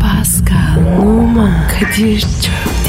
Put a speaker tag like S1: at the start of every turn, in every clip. S1: Pascal, Oman, Kadir çok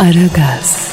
S1: Aragaz,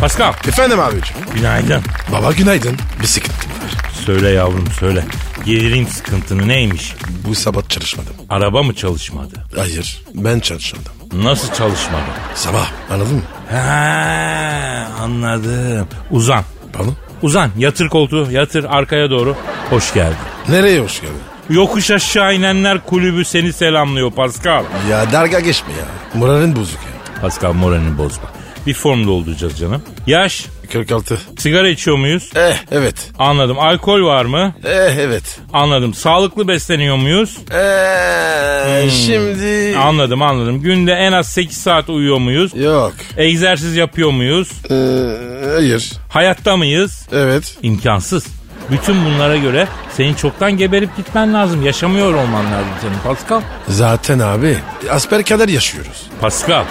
S2: Pascal.
S3: Efendim abicim.
S2: Günaydın.
S3: Baba günaydın. Bir sıkıntı var.
S2: Söyle yavrum söyle. Gelirim sıkıntını neymiş?
S3: Bu sabah çalışmadım.
S2: Araba mı çalışmadı?
S3: Hayır ben çalışmadım.
S2: Nasıl çalışmadı?
S3: Sabah anladın mı?
S2: Ha anladım. Uzan.
S3: Pardon.
S2: Uzan yatır koltuğu yatır arkaya doğru. Hoş geldin.
S3: Nereye hoş geldin?
S2: Yokuş aşağı inenler kulübü seni selamlıyor Pascal.
S3: Ya darga geçme ya. Moralin bozuk ya.
S2: Pascal moralini bozma. Bir formda olacağız canım. Yaş,
S3: 46.
S2: sigara içiyor muyuz?
S3: Eh evet.
S2: Anladım. Alkol var mı?
S3: Eh evet.
S2: Anladım. Sağlıklı besleniyor muyuz?
S3: Eh şimdi...
S2: Anladım anladım. Günde en az 8 saat uyuyor muyuz?
S3: Yok.
S2: Egzersiz yapıyor muyuz?
S3: Eh, hayır.
S2: Hayatta mıyız?
S3: Evet.
S2: İmkansız. Bütün bunlara göre senin çoktan geberip gitmen lazım. Yaşamıyor olman lazım senin Pascal.
S3: Zaten abi asper kadar yaşıyoruz.
S2: Pascal.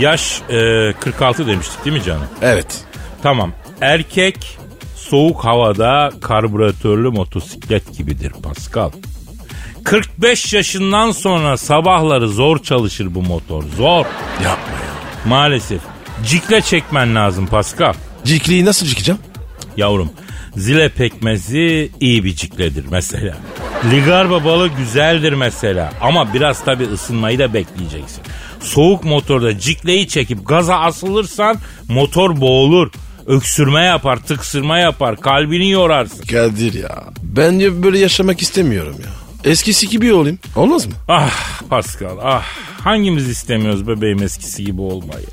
S2: Yaş e, 46 demiştik değil mi canım?
S3: Evet.
S2: Tamam. Erkek soğuk havada karbüratörlü motosiklet gibidir Pascal. 45 yaşından sonra sabahları zor çalışır bu motor. Zor.
S3: Yapma ya.
S2: Maalesef. Cikle çekmen lazım Pascal.
S3: Cikliyi nasıl çıkacağım?
S2: Yavrum zile pekmezi iyi bir cikledir mesela. Ligarba balı güzeldir mesela ama biraz tabi ısınmayı da bekleyeceksin. Soğuk motorda cikleyi çekip gaza asılırsan motor boğulur. Öksürme yapar, tıksırma yapar, kalbini yorarsın.
S3: Kadir ya. Ben ya böyle yaşamak istemiyorum ya. Eskisi gibi olayım. Olmaz mı?
S2: Ah Pascal ah hangimiz istemiyoruz bebeğim eskisi gibi olmayı.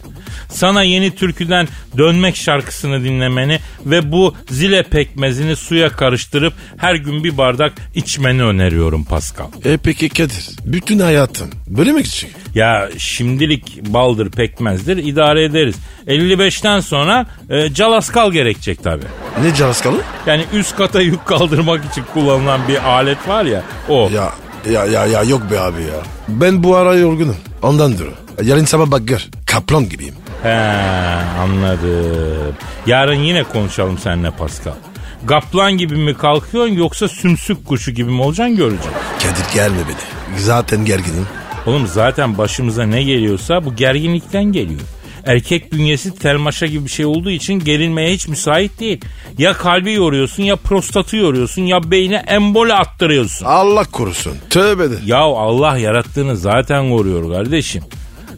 S2: Sana yeni türküden dönmek şarkısını dinlemeni ve bu zile pekmezini suya karıştırıp her gün bir bardak içmeni öneriyorum Pascal.
S3: E peki Kadir. Bütün hayatım böyle mi gidecek?
S2: Ya şimdilik baldır pekmezdir idare ederiz. 55'ten sonra e, calaskal gerekecek tabi.
S3: Ne canaskalı?
S2: Yani üst kata yük kaldırmak için kullanılan bir alet var ya o.
S3: Ya ya ya ya yok be abi ya. Ben bu ara yorgunum. Ondan duru. Yarın sabah bak gör. Kaplan gibiyim.
S2: He anladım. Yarın yine konuşalım seninle Pascal. Kaplan gibi mi kalkıyorsun yoksa sümsük kuşu gibi mi olacaksın göreceğiz.
S3: Kadir gelme beni. Zaten gerginim.
S2: Oğlum zaten başımıza ne geliyorsa bu gerginlikten geliyor. Erkek bünyesi telmaşa gibi bir şey olduğu için gerilmeye hiç müsait değil. Ya kalbi yoruyorsun ya prostatı yoruyorsun ya beyne emboli attırıyorsun.
S3: Allah korusun. Tövbe de.
S2: Ya Allah yarattığını zaten koruyor kardeşim.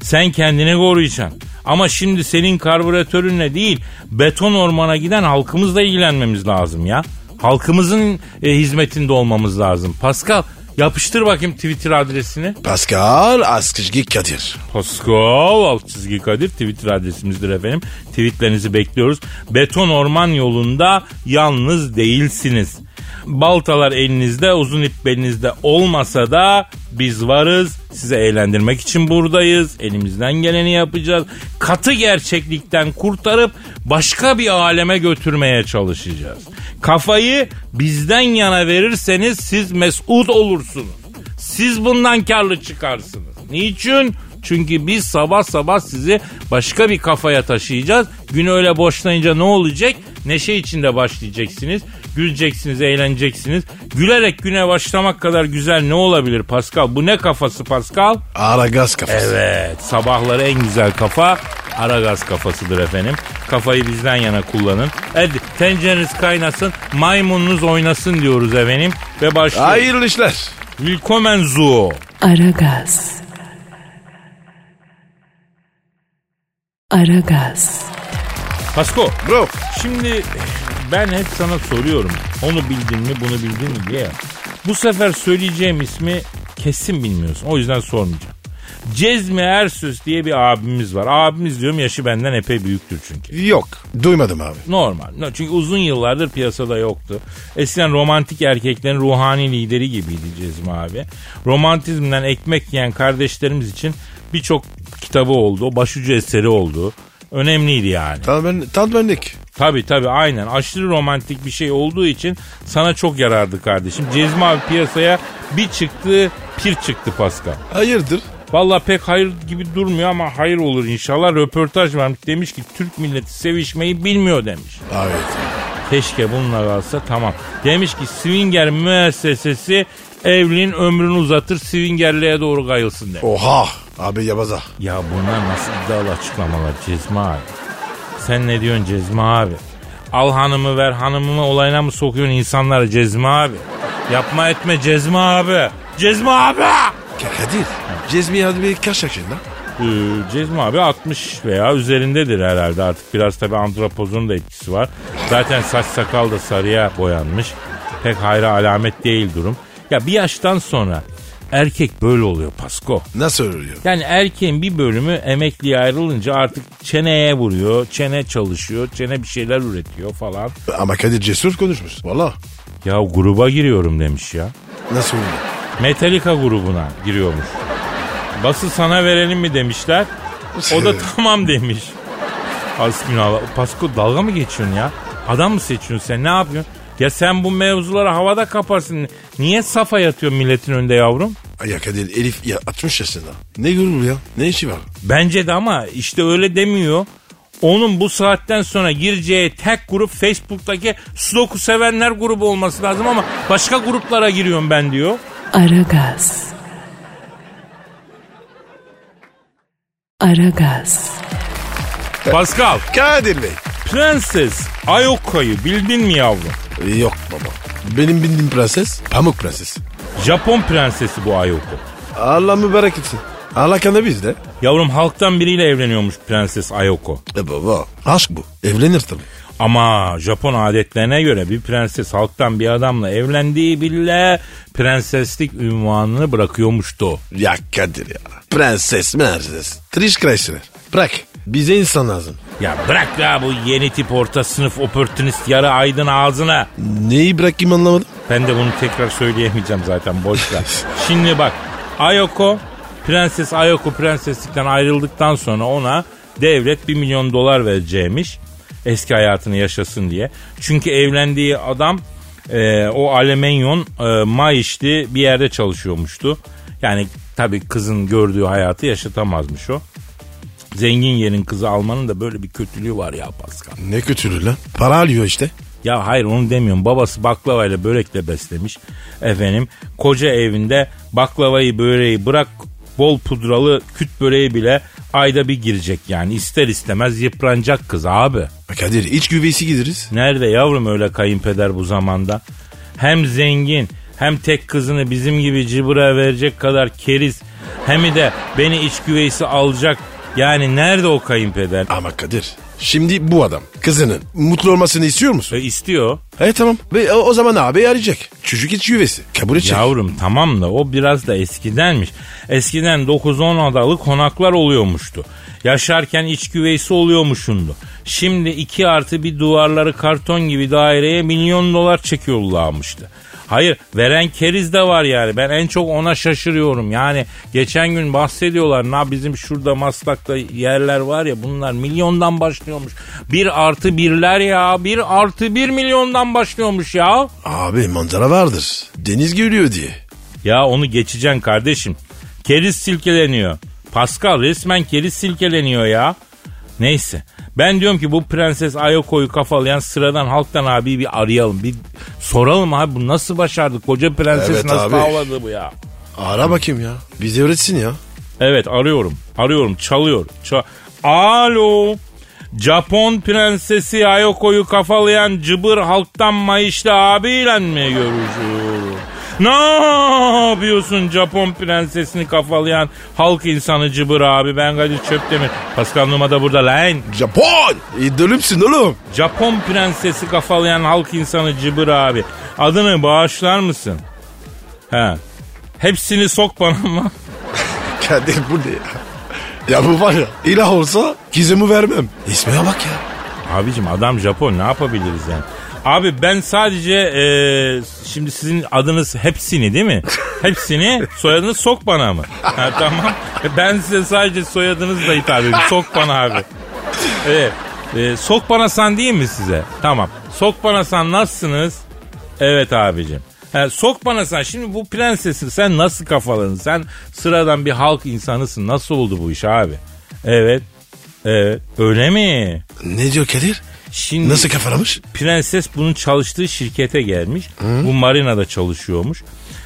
S2: Sen kendini koruyacaksın. Ama şimdi senin karbüratörünle değil beton ormana giden halkımızla ilgilenmemiz lazım ya. Halkımızın e, hizmetinde olmamız lazım. Pascal yapıştır bakayım Twitter adresini.
S3: Pascal Askışgi Kadir.
S2: Pascal alt çizgi Kadir Twitter adresimizdir efendim. Tweetlerinizi bekliyoruz. Beton orman yolunda yalnız değilsiniz. Baltalar elinizde, uzun ip belinizde olmasa da biz varız. Sizi eğlendirmek için buradayız. Elimizden geleni yapacağız. Katı gerçeklikten kurtarıp başka bir aleme götürmeye çalışacağız. Kafayı bizden yana verirseniz siz mesut olursunuz. Siz bundan karlı çıkarsınız. Niçin? Çünkü biz sabah sabah sizi başka bir kafaya taşıyacağız. Günü öyle boşlayınca ne olacak? Neşe içinde başlayacaksınız. Güleceksiniz, eğleneceksiniz. Gülerek güne başlamak kadar güzel ne olabilir Pascal? Bu ne kafası Pascal?
S3: Ara gaz kafası.
S2: Evet, sabahları en güzel kafa Aragaz kafasıdır efendim. Kafayı bizden yana kullanın. Hadi tencereniz kaynasın, maymununuz oynasın diyoruz efendim. Ve başlıyoruz.
S3: Hayırlı işler.
S2: Willkommen zu.
S1: Aragaz. Aragaz,
S2: Pasko
S3: Bro.
S2: şimdi ben hep sana soruyorum. Onu bildin mi bunu bildin mi diye. Bu sefer söyleyeceğim ismi kesin bilmiyorsun. O yüzden sormayacağım. Cezmi Ersöz diye bir abimiz var. Abimiz diyorum yaşı benden epey büyüktür çünkü.
S3: Yok. Duymadım abi.
S2: Normal. No, Çünkü uzun yıllardır piyasada yoktu. Eskiden romantik erkeklerin ruhani lideri gibiydi Cezmi abi. Romantizmden ekmek yiyen kardeşlerimiz için birçok kitabı oldu. Başucu eseri oldu. Önemliydi yani.
S3: Tam, ben, tam benlik.
S2: Tabii tabii aynen. Aşırı romantik bir şey olduğu için sana çok yarardı kardeşim. Cezmi abi piyasaya bir çıktı, pir çıktı Pascal.
S3: Hayırdır?
S2: Valla pek hayır gibi durmuyor ama hayır olur inşallah. Röportaj vermiş demiş ki Türk milleti sevişmeyi bilmiyor demiş.
S3: Evet.
S2: Keşke bununla kalsa tamam. Demiş ki Swinger müessesesi evliliğin ömrünü uzatır swingerliğe doğru kayılsın demiş.
S3: Oha. Abi yabaza.
S2: Ya bunlar nasıl iddialı açıklamalar Cezmi abi? Sen ne diyorsun Cezmi abi? Al hanımı ver hanımımı olayına mı sokuyorsun insanları Cezmi abi? Yapma etme Cezmi abi. Cezmi abi!
S3: Kadir. Cezmi abi kaç yaşında?
S2: Ee, Cezmi abi 60 veya üzerindedir herhalde artık. Biraz tabi antropozun da etkisi var. Zaten saç sakal da sarıya boyanmış. Pek hayra alamet değil durum. Ya bir yaştan sonra erkek böyle oluyor Pasko.
S3: Nasıl ölüyor?
S2: Yani erkeğin bir bölümü emekliye ayrılınca artık çeneye vuruyor, çene çalışıyor, çene bir şeyler üretiyor falan.
S3: Ama Kadir cesur konuşmuş. Valla.
S2: Ya gruba giriyorum demiş ya.
S3: Nasıl ölüyor?
S2: Metallica grubuna giriyormuş. Bası sana verelim mi demişler. O
S3: Ee,
S2: da tamam demiş. Hasbinallah. Pasko dalga mı geçiyorsun ya? Adam mı seçiyorsun sen? Ne yapıyorsun? Ya sen bu mevzuları havada kaparsın. Niye safa yatıyorsun milletin önünde yavrum?
S3: Ya Kadir Elif ya 60 yaşında. Ne gurur ya? Ne işi var?
S2: Bence de ama işte öyle demiyor. Onun bu saatten sonra gireceği tek grup Facebook'taki Sudoku sevenler grubu olması lazım ama başka gruplara giriyorum ben diyor.
S1: Aragaz. Aragaz.
S2: Pascal,
S3: Kadir Bey.
S2: Prenses Ayoka'yı bildin mi yavrum?
S3: Ee, Yok baba. Benim bildiğim prenses Pamuk Prenses.
S2: Japon prensesi bu Ayoko.
S3: Allah mübarek etsin. Allah kanı bizde.
S2: Yavrum halktan biriyle evleniyormuş Prenses Ayoko.
S3: E baba. Aşk bu. Evlenir tabii.
S2: Ama Japon adetlerine göre bir prenses halktan bir adamla evlendiği bile prenseslik ünvanını bırakıyormuştu.
S3: Ya Kadir ya. Prenses prenses. Triş kreşler. Bırak. Bize insan lazım.
S2: Ya bırak ya bu yeni tip orta sınıf opportunist yarı aydın ağzına.
S3: Neyi bırakayım anlamadım.
S2: Ben de bunu tekrar söyleyemeyeceğim zaten boş ver. Şimdi bak Ayoko Prenses Ayoko prenseslikten ayrıldıktan sonra ona devlet 1 milyon dolar vereceğimiş. Eski hayatını yaşasın diye. Çünkü evlendiği adam e, o Alemenyon e, Maiş'li bir yerde çalışıyormuştu. Yani tabii kızın gördüğü hayatı yaşatamazmış o. Zengin yerin kızı almanın da böyle bir kötülüğü var ya Pascal.
S3: Ne kötülüğü lan? Para alıyor işte.
S2: Ya hayır onu demiyorum. Babası baklavayla börekle beslemiş. Efendim koca evinde baklavayı böreği bırak bol pudralı küt böreği bile ayda bir girecek yani. ister istemez yıpranacak kız abi.
S3: Kadir iç güveysi gideriz.
S2: Nerede yavrum öyle kayınpeder bu zamanda? Hem zengin hem tek kızını bizim gibi cıbıra verecek kadar keriz. Hem de beni iç güveysi alacak. Yani nerede o kayınpeder?
S3: Ama Kadir şimdi bu adam kızının mutlu olmasını istiyor musun?
S2: E, istiyor.
S3: E tamam. Ve o, o zaman abi arayacak. Çocuk iç güveysi. Kabul edecek.
S2: Yavrum tamam da o biraz da eskidenmiş. Eskiden 9-10 adalı konaklar oluyormuştu. Yaşarken iç güveysi oluyormuşundu. Şimdi 2 artı bir duvarları karton gibi daireye milyon dolar çekiyorlarmıştı. Hayır veren keriz de var yani ben en çok ona şaşırıyorum yani geçen gün bahsediyorlar na bizim şurada Maslak'ta yerler var ya bunlar milyondan başlıyormuş. Bir artı birler ya bir artı bir milyondan başlıyormuş ya.
S3: Abi manzara vardır. Deniz görüyor diye.
S2: Ya onu geçeceksin kardeşim. Keriz silkeleniyor. Pascal resmen keriz silkeleniyor ya. Neyse. Ben diyorum ki bu Prenses Ayoko'yu kafalayan sıradan halktan abi bir arayalım. Bir soralım abi bu nasıl başardı? Koca prenses
S3: Evet
S2: nasıl
S3: abi.
S2: tavladı bu ya?
S3: Ara bakayım ya. Bize öğretsin ya.
S2: Evet arıyorum. Arıyorum. Çalıyor. Ça- Alo. Japon prensesi Ayoko'yu kafalayan cıbır halktan Mayış'ta abiyle mi görüşüyorum? Ne yapıyorsun Japon prensesini kafalayan halk insanı cıbır abi? Ben Kadir Çöptemir. Pascal Numa da burada lan.
S3: Japon! İdolümsün oğlum.
S2: Japon prensesi kafalayan halk insanı cıbır abi. Adını bağışlar mısın? He. Hepsini sok bana ama.
S3: Kadir bu ne ya? Ya bu var ya ilah olsa gizemi vermem. İsmine bak ya.
S2: Abicim adam Japon ne yapabiliriz yani? Abi ben sadece e, şimdi sizin adınız hepsini değil mi? Hepsini soyadını sok bana mı? Ha, tamam. Ben size sadece soyadınızla hitap ediyorum. Sok bana abi. Evet. E, sok bana san değil mi size? Tamam. Sok bana san nasılsınız? Evet abicim. Ha, sok bana sen şimdi bu prensesin sen nasıl kafaladın? Sen sıradan bir halk insanısın. Nasıl oldu bu iş abi? Evet. Evet. Öyle mi?
S3: Ne diyor Kadir?
S2: Şimdi
S3: Nasıl kafalamış?
S2: prenses bunun çalıştığı şirkete gelmiş. Bu marinada çalışıyormuş.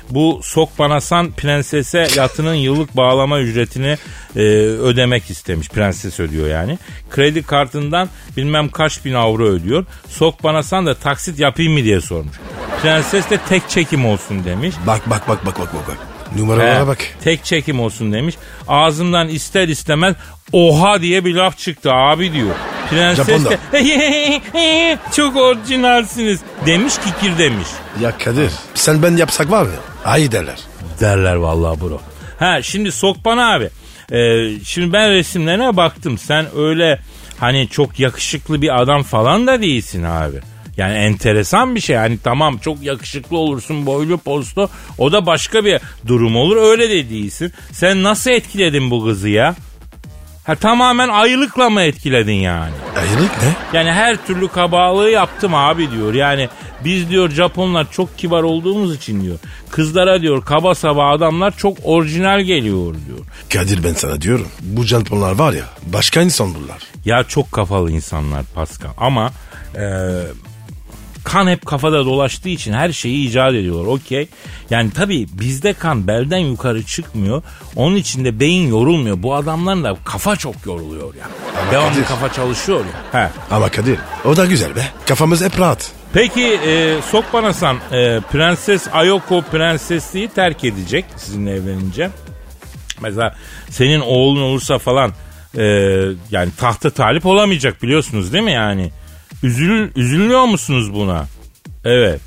S2: Bu Sokbanasan prensese yatının yıllık bağlama ücretini e, ödemek istemiş. Prenses ödüyor yani. Kredi kartından bilmem kaç bin avro ödüyor. Sokbanasan da taksit yapayım mı diye sormuş. Prenses de tek çekim olsun demiş.
S3: Bak bak bak bak bak bak. bak.
S2: He,
S3: Numaralara bak.
S2: Tek çekim olsun demiş. Ağzımdan ister istemez oha diye bir laf çıktı abi diyor. Prenses
S3: Japon'da.
S2: de çok orijinalsiniz demiş kikir demiş.
S3: Ya Kadir sen ben yapsak var ya. Hayır derler.
S2: Derler vallahi bro. Ha şimdi sok bana abi. Ee, şimdi ben resimlerine baktım. Sen öyle hani çok yakışıklı bir adam falan da değilsin abi. Yani enteresan bir şey. Hani tamam çok yakışıklı olursun boylu postu. O da başka bir durum olur. Öyle de değilsin. Sen nasıl etkiledin bu kızı ya? Ha tamamen ayılıkla mı etkiledin yani?
S3: Ayrılık ne?
S2: Yani her türlü kabalığı yaptım abi diyor. Yani biz diyor Japonlar çok kibar olduğumuz için diyor. Kızlara diyor kaba saba adamlar çok orijinal geliyor diyor.
S3: Kadir ben sana diyorum. Bu Japonlar var ya başka insan bunlar.
S2: Ya çok kafalı insanlar Pascal ama e, kan hep kafada dolaştığı için her şeyi icat ediyorlar okey. Yani tabii bizde kan belden yukarı çıkmıyor. Onun için de beyin yorulmuyor. Bu adamların da kafa çok yoruluyor ya.
S3: Ama
S2: Devamlı
S3: Kadir-
S2: kafa çalışıyor ya. He.
S3: Ama Kadir o da güzel be. Kafamız hep rahat.
S2: Peki e, Sokbanasan e, Prenses Ayoko prensesliği terk edecek sizinle evlenince. Mesela senin oğlun olursa falan e, yani tahta talip olamayacak biliyorsunuz değil mi yani? Üzülür, üzülüyor musunuz buna? Evet.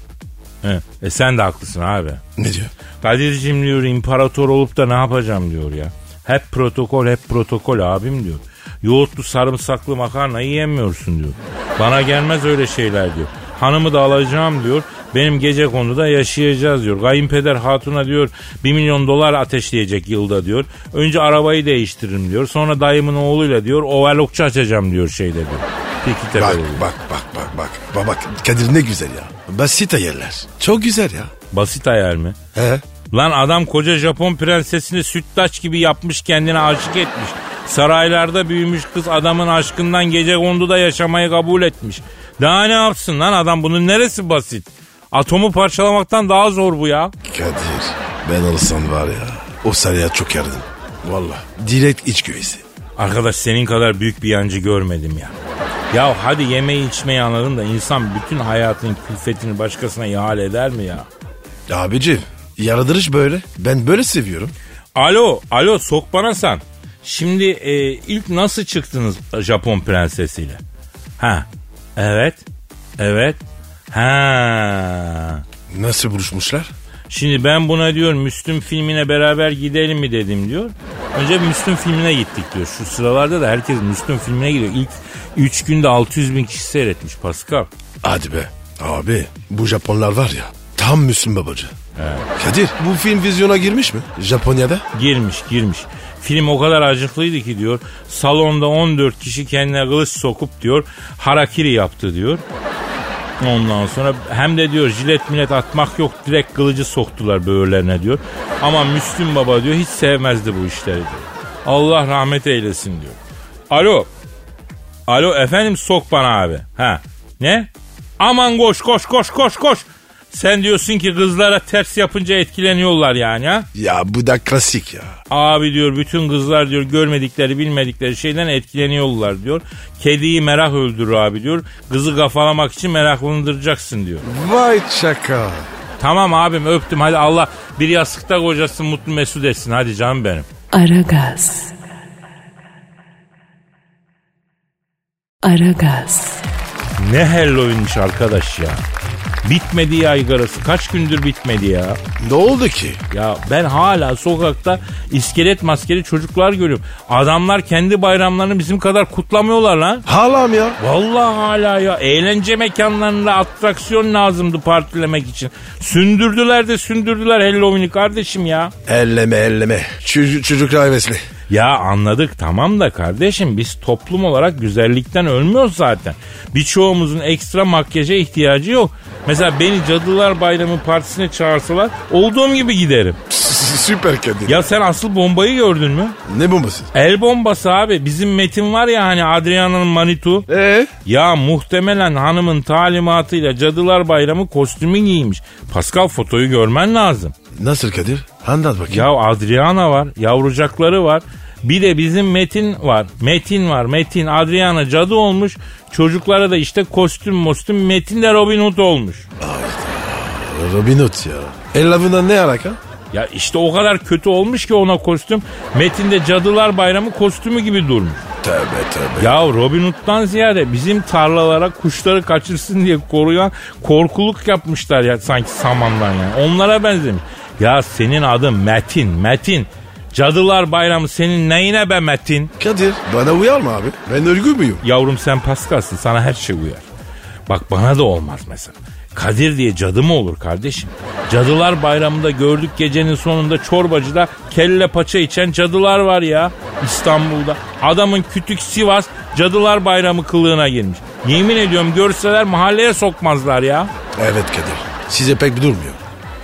S2: He, E, sen de haklısın abi.
S3: Ne diyor?
S2: Kadir'cim diyor imparator olup da ne yapacağım diyor ya. Hep protokol hep protokol abim diyor. Yoğurtlu sarımsaklı makarna yiyemiyorsun diyor. Bana gelmez öyle şeyler diyor. Hanımı da alacağım diyor. Benim gece konuda yaşayacağız diyor. Kayınpeder hatuna diyor 1 milyon dolar ateşleyecek yılda diyor. Önce arabayı değiştiririm diyor. Sonra dayımın oğluyla diyor overlockçu açacağım diyor şeyde diyor. Peki tabii.
S3: Bak bak bak bak bak. Bak bak Kadir ne güzel ya. Basit ayarlar. Çok güzel ya.
S2: Basit hayal mi?
S3: He?
S2: Lan adam koca Japon prensesini sütlaç gibi yapmış kendine aşık etmiş. Saraylarda büyümüş kız adamın aşkından gece konduda yaşamayı kabul etmiş. Daha ne yapsın lan adam bunun neresi basit? Atomu parçalamaktan daha zor bu ya.
S3: Kadir ben olsam var ya. O saraya çok yardım. Valla. Direkt iç güveysi.
S2: Arkadaş senin kadar büyük bir yancı görmedim ya. Ya hadi yemeği içmeyi anladım da insan bütün hayatın külfetini başkasına ihale eder mi ya?
S3: Abicim yaradırış böyle. Ben böyle seviyorum.
S2: Alo, alo sok bana sen. Şimdi e, ilk nasıl çıktınız Japon prensesiyle? Ha, evet, evet, ha.
S3: Nasıl buluşmuşlar?
S2: Şimdi ben buna diyor Müslüm filmine beraber gidelim mi dedim diyor. Önce Müslüm filmine gittik diyor. Şu sıralarda da herkes Müslüm filmine gidiyor. İlk 3 günde 600 bin kişi seyretmiş Pascal.
S3: Hadi be. Abi bu Japonlar var ya. Tam Müslüm babacı. Kadir bu film vizyona girmiş mi? Japonya'da?
S2: Girmiş girmiş. Film o kadar acıklıydı ki diyor. Salonda 14 kişi kendine kılıç sokup diyor. Harakiri yaptı diyor. Ondan sonra hem de diyor jilet millet atmak yok direkt kılıcı soktular böğürlerine diyor. Ama Müslüm Baba diyor hiç sevmezdi bu işleri diyor. Allah rahmet eylesin diyor. Alo. Alo efendim sok bana abi. Ha. Ne? Aman koş koş koş koş koş. Sen diyorsun ki kızlara ters yapınca etkileniyorlar yani ha?
S3: Ya bu da klasik ya.
S2: Abi diyor bütün kızlar diyor görmedikleri bilmedikleri şeyden etkileniyorlar diyor. Kediyi merak öldürür abi diyor. Kızı kafalamak için meraklandıracaksın diyor.
S3: Vay çaka.
S2: Tamam abim öptüm hadi Allah bir yastıkta kocasın mutlu mesut etsin hadi canım benim.
S1: Aragaz. Aragaz.
S2: Ne Halloween'miş arkadaş ya. Bitmedi yaygarası. Kaç gündür bitmedi ya.
S3: Ne oldu ki?
S2: Ya ben hala sokakta iskelet maskeli çocuklar görüyorum. Adamlar kendi bayramlarını bizim kadar kutlamıyorlar lan.
S3: Halam ya.
S2: Vallahi hala ya eğlence mekanlarında atraksiyon lazımdı partilemek için. Sündürdüler de sündürdüler Halloween'i kardeşim ya.
S3: Elleme elleme. Çocuk, çocuklar hevesli.
S2: Ya anladık tamam da kardeşim biz toplum olarak güzellikten ölmüyoruz zaten. Birçoğumuzun ekstra makyaja ihtiyacı yok. Mesela beni Cadılar Bayramı partisine çağırsalar olduğum gibi giderim.
S3: Süper kadın.
S2: Ya sen asıl bombayı gördün mü?
S3: Ne bombası?
S2: El bombası abi. Bizim Metin var ya hani Adriana'nın manitu.
S3: Ee?
S2: Ya muhtemelen hanımın talimatıyla Cadılar Bayramı kostümü giymiş. Pascal fotoyu görmen lazım.
S3: Nasıl Kadir? Anlat bakayım.
S2: Ya Adriana var, yavrucakları var. Bir de bizim Metin var. Metin var. Metin Adriana cadı olmuş. Çocuklara da işte kostüm mostüm Metin de Robin Hood olmuş.
S3: Robin Hood ya. El lavından ne alaka?
S2: Ya işte o kadar kötü olmuş ki ona kostüm. Metin de Cadılar Bayramı kostümü gibi durmuş.
S3: Tövbe tövbe.
S2: Ya Robin Hood'dan ziyade bizim tarlalara kuşları kaçırsın diye koruyan korkuluk yapmışlar ya sanki samandan yani. Onlara benzemiş. Ya senin adın Metin, Metin. Cadılar Bayramı senin neyine be Metin?
S3: Kadir bana uyar mı abi? Ben örgü müyüm?
S2: Yavrum sen Paskal'sın sana her şey uyar. Bak bana da olmaz mesela. Kadir diye cadı mı olur kardeşim? Cadılar bayramında gördük gecenin sonunda çorbacıda kelle paça içen cadılar var ya İstanbul'da. Adamın kütük Sivas cadılar bayramı kılığına girmiş. Yemin ediyorum görseler mahalleye sokmazlar ya.
S3: Evet Kadir. Size pek durmuyor.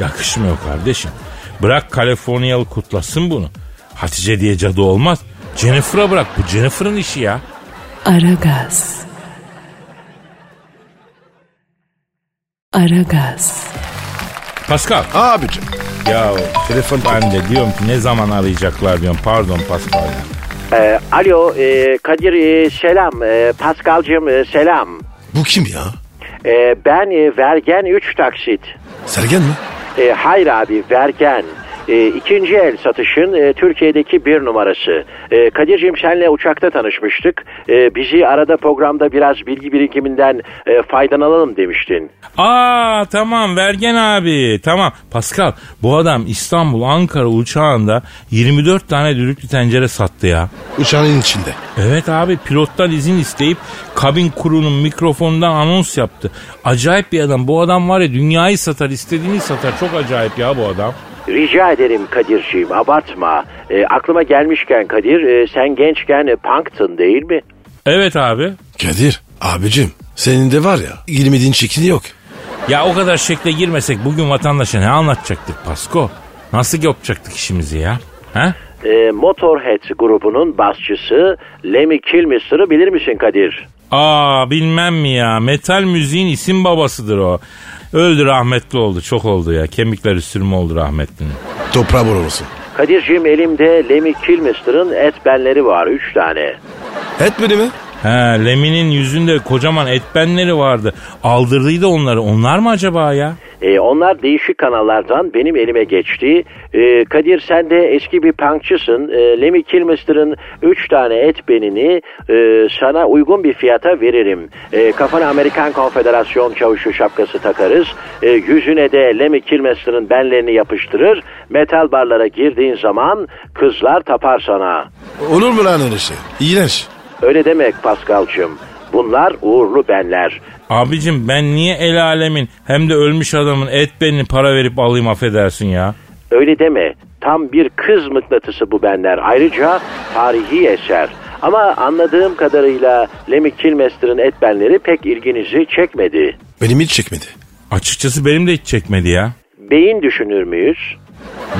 S2: Yakışmıyor kardeşim. Bırak Kaliforniyalı kutlasın bunu. Hatice diye cadı olmaz. Jennifer'a bırak bu Jennifer'ın işi ya.
S1: Aragaz. Aragaz.
S2: Pascal.
S3: Abicim.
S2: Ya
S3: Telefon
S2: ben de diyorum ki ne zaman arayacaklar diyorum. Pardon Pascal ya.
S4: Ee, alo e, Kadir e, selam. E, Paskal'cığım e, selam.
S3: Bu kim ya?
S4: E, ben e, vergen 3 taksit.
S3: Sergen mi?
S4: E, hayır abi vergen. E, ikinci el satışın e, Türkiye'deki bir numarası. E, Kadir'cim senle uçakta tanışmıştık. E, bizi arada programda biraz bilgi birikiminden e, faydalanalım demiştin.
S2: Aa tamam Vergen abi tamam. Pascal bu adam İstanbul Ankara uçağında 24 tane düdüklü tencere sattı ya.
S3: Uçağın içinde.
S2: Evet abi pilottan izin isteyip kabin kurunun mikrofonundan anons yaptı. Acayip bir adam bu adam var ya dünyayı satar istediğini satar çok acayip ya bu adam.
S4: Rica ederim Kadir'ciğim abartma. E, aklıma gelmişken Kadir e, sen gençken e, punktın değil mi?
S2: Evet abi
S3: Kadir. Abicim. Senin de var ya. 20'nin şekli yok.
S2: Ya o kadar şekle girmesek bugün vatandaşa ne anlatacaktık Pasko? Nasıl yapacaktık işimizi ya? Ha?
S4: E, Motorhead grubunun basçısı Lemmy Kilmister'ı bilir misin Kadir?
S2: Aa bilmem mi ya metal müziğin isim babasıdır o. Öldü rahmetli oldu çok oldu ya kemikleri sürme oldu rahmetlinin.
S3: Toprağa vurulsun.
S4: Kadir'ciğim elimde Lemmy Kilmister'ın et benleri var 3 tane.
S3: Et biri mi?
S2: He Lemi'nin yüzünde kocaman etbenleri vardı. Aldırdıydı onları onlar mı acaba ya?
S4: E, onlar değişik kanallardan benim elime geçti. E, Kadir sen de eski bir punkçısın. E, Lemmy Kilmister'ın 3 tane et benini e, sana uygun bir fiyata veririm. E, kafana Amerikan Konfederasyon çavuşu şapkası takarız. E, yüzüne de Lemmy Kilmister'ın benlerini yapıştırır. Metal barlara girdiğin zaman kızlar tapar sana.
S3: Olur mu lan öyle şey? İğrenç.
S4: Öyle demek Paskal'cığım. Bunlar uğurlu benler.
S2: Abicim ben niye el alemin hem de ölmüş adamın etbenini para verip alayım affedersin ya?
S4: Öyle deme. Tam bir kız mıknatısı bu benler. Ayrıca tarihi eser. Ama anladığım kadarıyla Lemmy Kilmester'ın etbenleri pek ilginizi çekmedi.
S3: Benim hiç çekmedi.
S2: Açıkçası benim de hiç çekmedi ya.
S4: Beyin düşünür müyüz?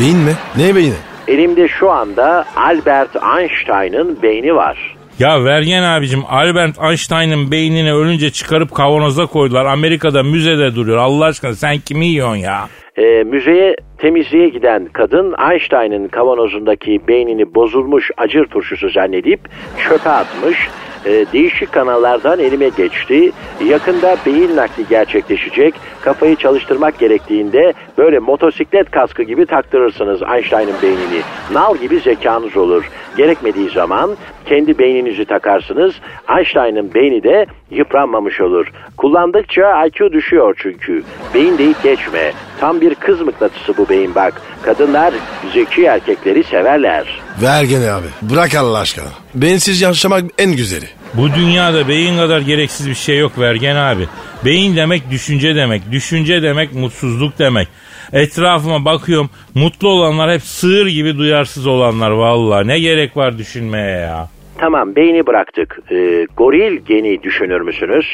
S3: Beyin mi? Ne beyni?
S4: Elimde şu anda Albert Einstein'ın beyni var.
S2: Ya Vergen abicim Albert Einstein'ın beynini ölünce çıkarıp kavanoza koydular. Amerika'da müzede duruyor. Allah aşkına sen kimi yiyorsun ya?
S4: Ee, müzeye temizliğe giden kadın Einstein'ın kavanozundaki beynini bozulmuş acır turşusu zannedip çöpe atmış. e, değişik kanallardan elime geçti. Yakında beyin nakli gerçekleşecek. Kafayı çalıştırmak gerektiğinde böyle motosiklet kaskı gibi taktırırsınız Einstein'ın beynini. Nal gibi zekanız olur. Gerekmediği zaman kendi beyninizi takarsınız. Einstein'ın beyni de yıpranmamış olur. Kullandıkça IQ düşüyor çünkü. Beyin deyip geçme. Tam bir kız mıknatısı bu beyin bak. Kadınlar zeki erkekleri severler.
S3: Ver gene abi. Bırak Allah aşkına. Beyinsiz yaşamak en güzeli.
S2: Bu dünyada beyin kadar gereksiz bir şey yok Vergen abi. Beyin demek düşünce demek. Düşünce demek mutsuzluk demek. Etrafıma bakıyorum mutlu olanlar hep sığır gibi duyarsız olanlar vallahi. Ne gerek var düşünmeye ya.
S4: Tamam beyni bıraktık. Ee, goril geni düşünür müsünüz?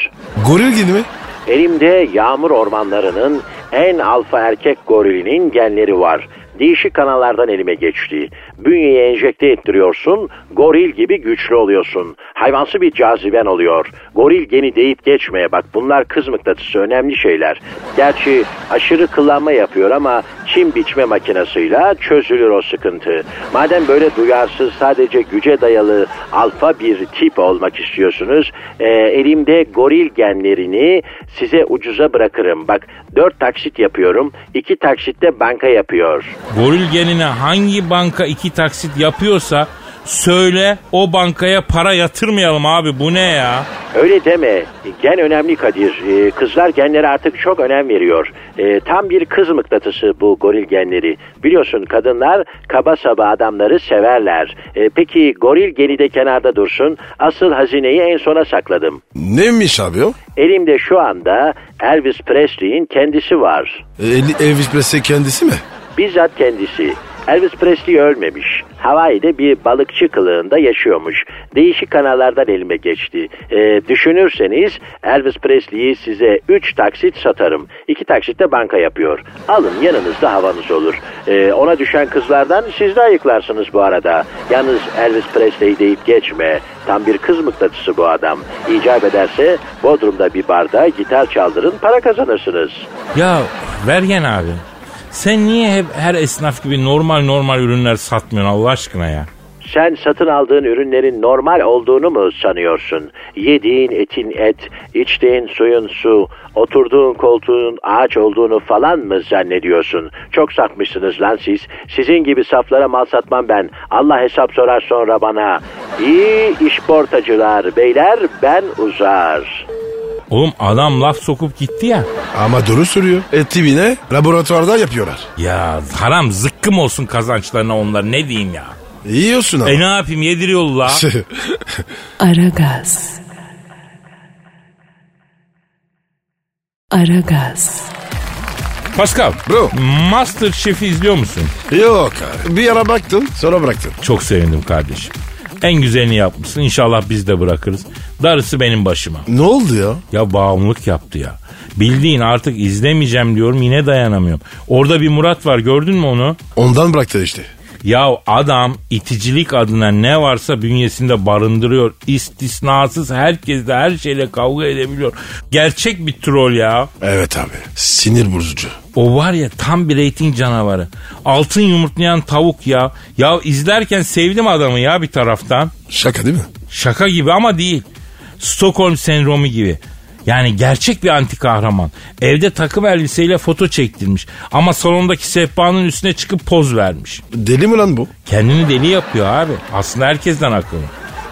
S3: Goril gibi mi?
S4: Elimde yağmur ormanlarının en alfa erkek gorilinin genleri var. Değişik kanallardan elime geçti. Bünyeye enjekte ettiriyorsun, goril gibi güçlü oluyorsun. Hayvansı bir caziben oluyor. Goril geni deyip geçmeye bak bunlar kız mıknatısı önemli şeyler. Gerçi aşırı kıllanma yapıyor ama çim biçme makinasıyla çözülür o sıkıntı. Madem böyle duyarsız sadece güce dayalı alfa bir tip olmak istiyorsunuz, e, elimde goril genlerini size ucuza bırakırım. Bak dört taksit yapıyorum, iki taksitte banka yapıyor.
S2: Goril genine hangi banka iki taksit yapıyorsa söyle o bankaya para yatırmayalım abi bu ne ya?
S4: Öyle deme. Gen önemli Kadir. Ee, kızlar genlere artık çok önem veriyor. Ee, tam bir kız mıknatısı bu goril genleri. Biliyorsun kadınlar kaba saba adamları severler. Ee, peki goril geni de kenarda dursun. Asıl hazineyi en sona sakladım.
S3: Neymiş abi o?
S4: Elimde şu anda Elvis Presley'in kendisi var.
S3: E, El- Elvis Presley kendisi mi?
S4: Bizzat kendisi. Elvis Presley ölmemiş. Hawaii'de bir balıkçı kılığında yaşıyormuş. Değişik kanallardan elime geçti. Ee, düşünürseniz Elvis Presley'i size 3 taksit satarım. 2 taksitte banka yapıyor. Alın yanınızda havanız olur. Ee, ona düşen kızlardan siz de ayıklarsınız bu arada. Yalnız Elvis Presley deyip geçme. Tam bir kız mıknatısı bu adam. İcap ederse Bodrum'da bir barda gitar çaldırın para kazanırsınız.
S2: Ya Vergen abi sen niye hep her esnaf gibi normal normal ürünler satmıyorsun Allah aşkına ya?
S4: Sen satın aldığın ürünlerin normal olduğunu mu sanıyorsun? Yediğin etin et, içtiğin suyun su, oturduğun koltuğun ağaç olduğunu falan mı zannediyorsun? Çok sapmışsınız lan siz. Sizin gibi saflara mal satmam ben. Allah hesap sorar sonra bana. İyi işportacılar beyler ben uzar.
S2: Oğlum adam laf sokup gitti ya.
S3: Ama duru sürüyor. E tipine laboratuvarda yapıyorlar.
S2: Ya haram zıkkım olsun kazançlarına onlar ne diyeyim ya.
S3: Yiyorsun ama.
S2: E ne yapayım yediriyor la.
S1: Aragaz. Aragaz.
S2: Pascal.
S3: Bro.
S2: Master Chef'i izliyor musun?
S3: Yok abi. Bir ara baktın sonra bıraktın.
S2: Çok sevindim kardeşim. En güzelini yapmışsın. İnşallah biz de bırakırız. Darısı benim başıma.
S3: Ne oldu ya?
S2: Ya bağımlılık yaptı ya. Bildiğin artık izlemeyeceğim diyorum yine dayanamıyorum. Orada bir Murat var gördün mü onu?
S3: Ondan bıraktı işte.
S2: Ya adam iticilik adına ne varsa bünyesinde barındırıyor. İstisnasız herkesle her şeyle kavga edebiliyor. Gerçek bir troll ya.
S3: Evet abi. Sinir bozucu.
S2: O var ya tam bir reyting canavarı. Altın yumurtlayan tavuk ya. Ya izlerken sevdim adamı ya bir taraftan.
S3: Şaka değil mi?
S2: Şaka gibi ama değil. Stockholm sendromu gibi. Yani gerçek bir anti kahraman. Evde takım elbiseyle foto çektirmiş. Ama salondaki sehpanın üstüne çıkıp poz vermiş.
S3: Deli mi lan bu?
S2: Kendini deli yapıyor abi. Aslında herkesten akıllı.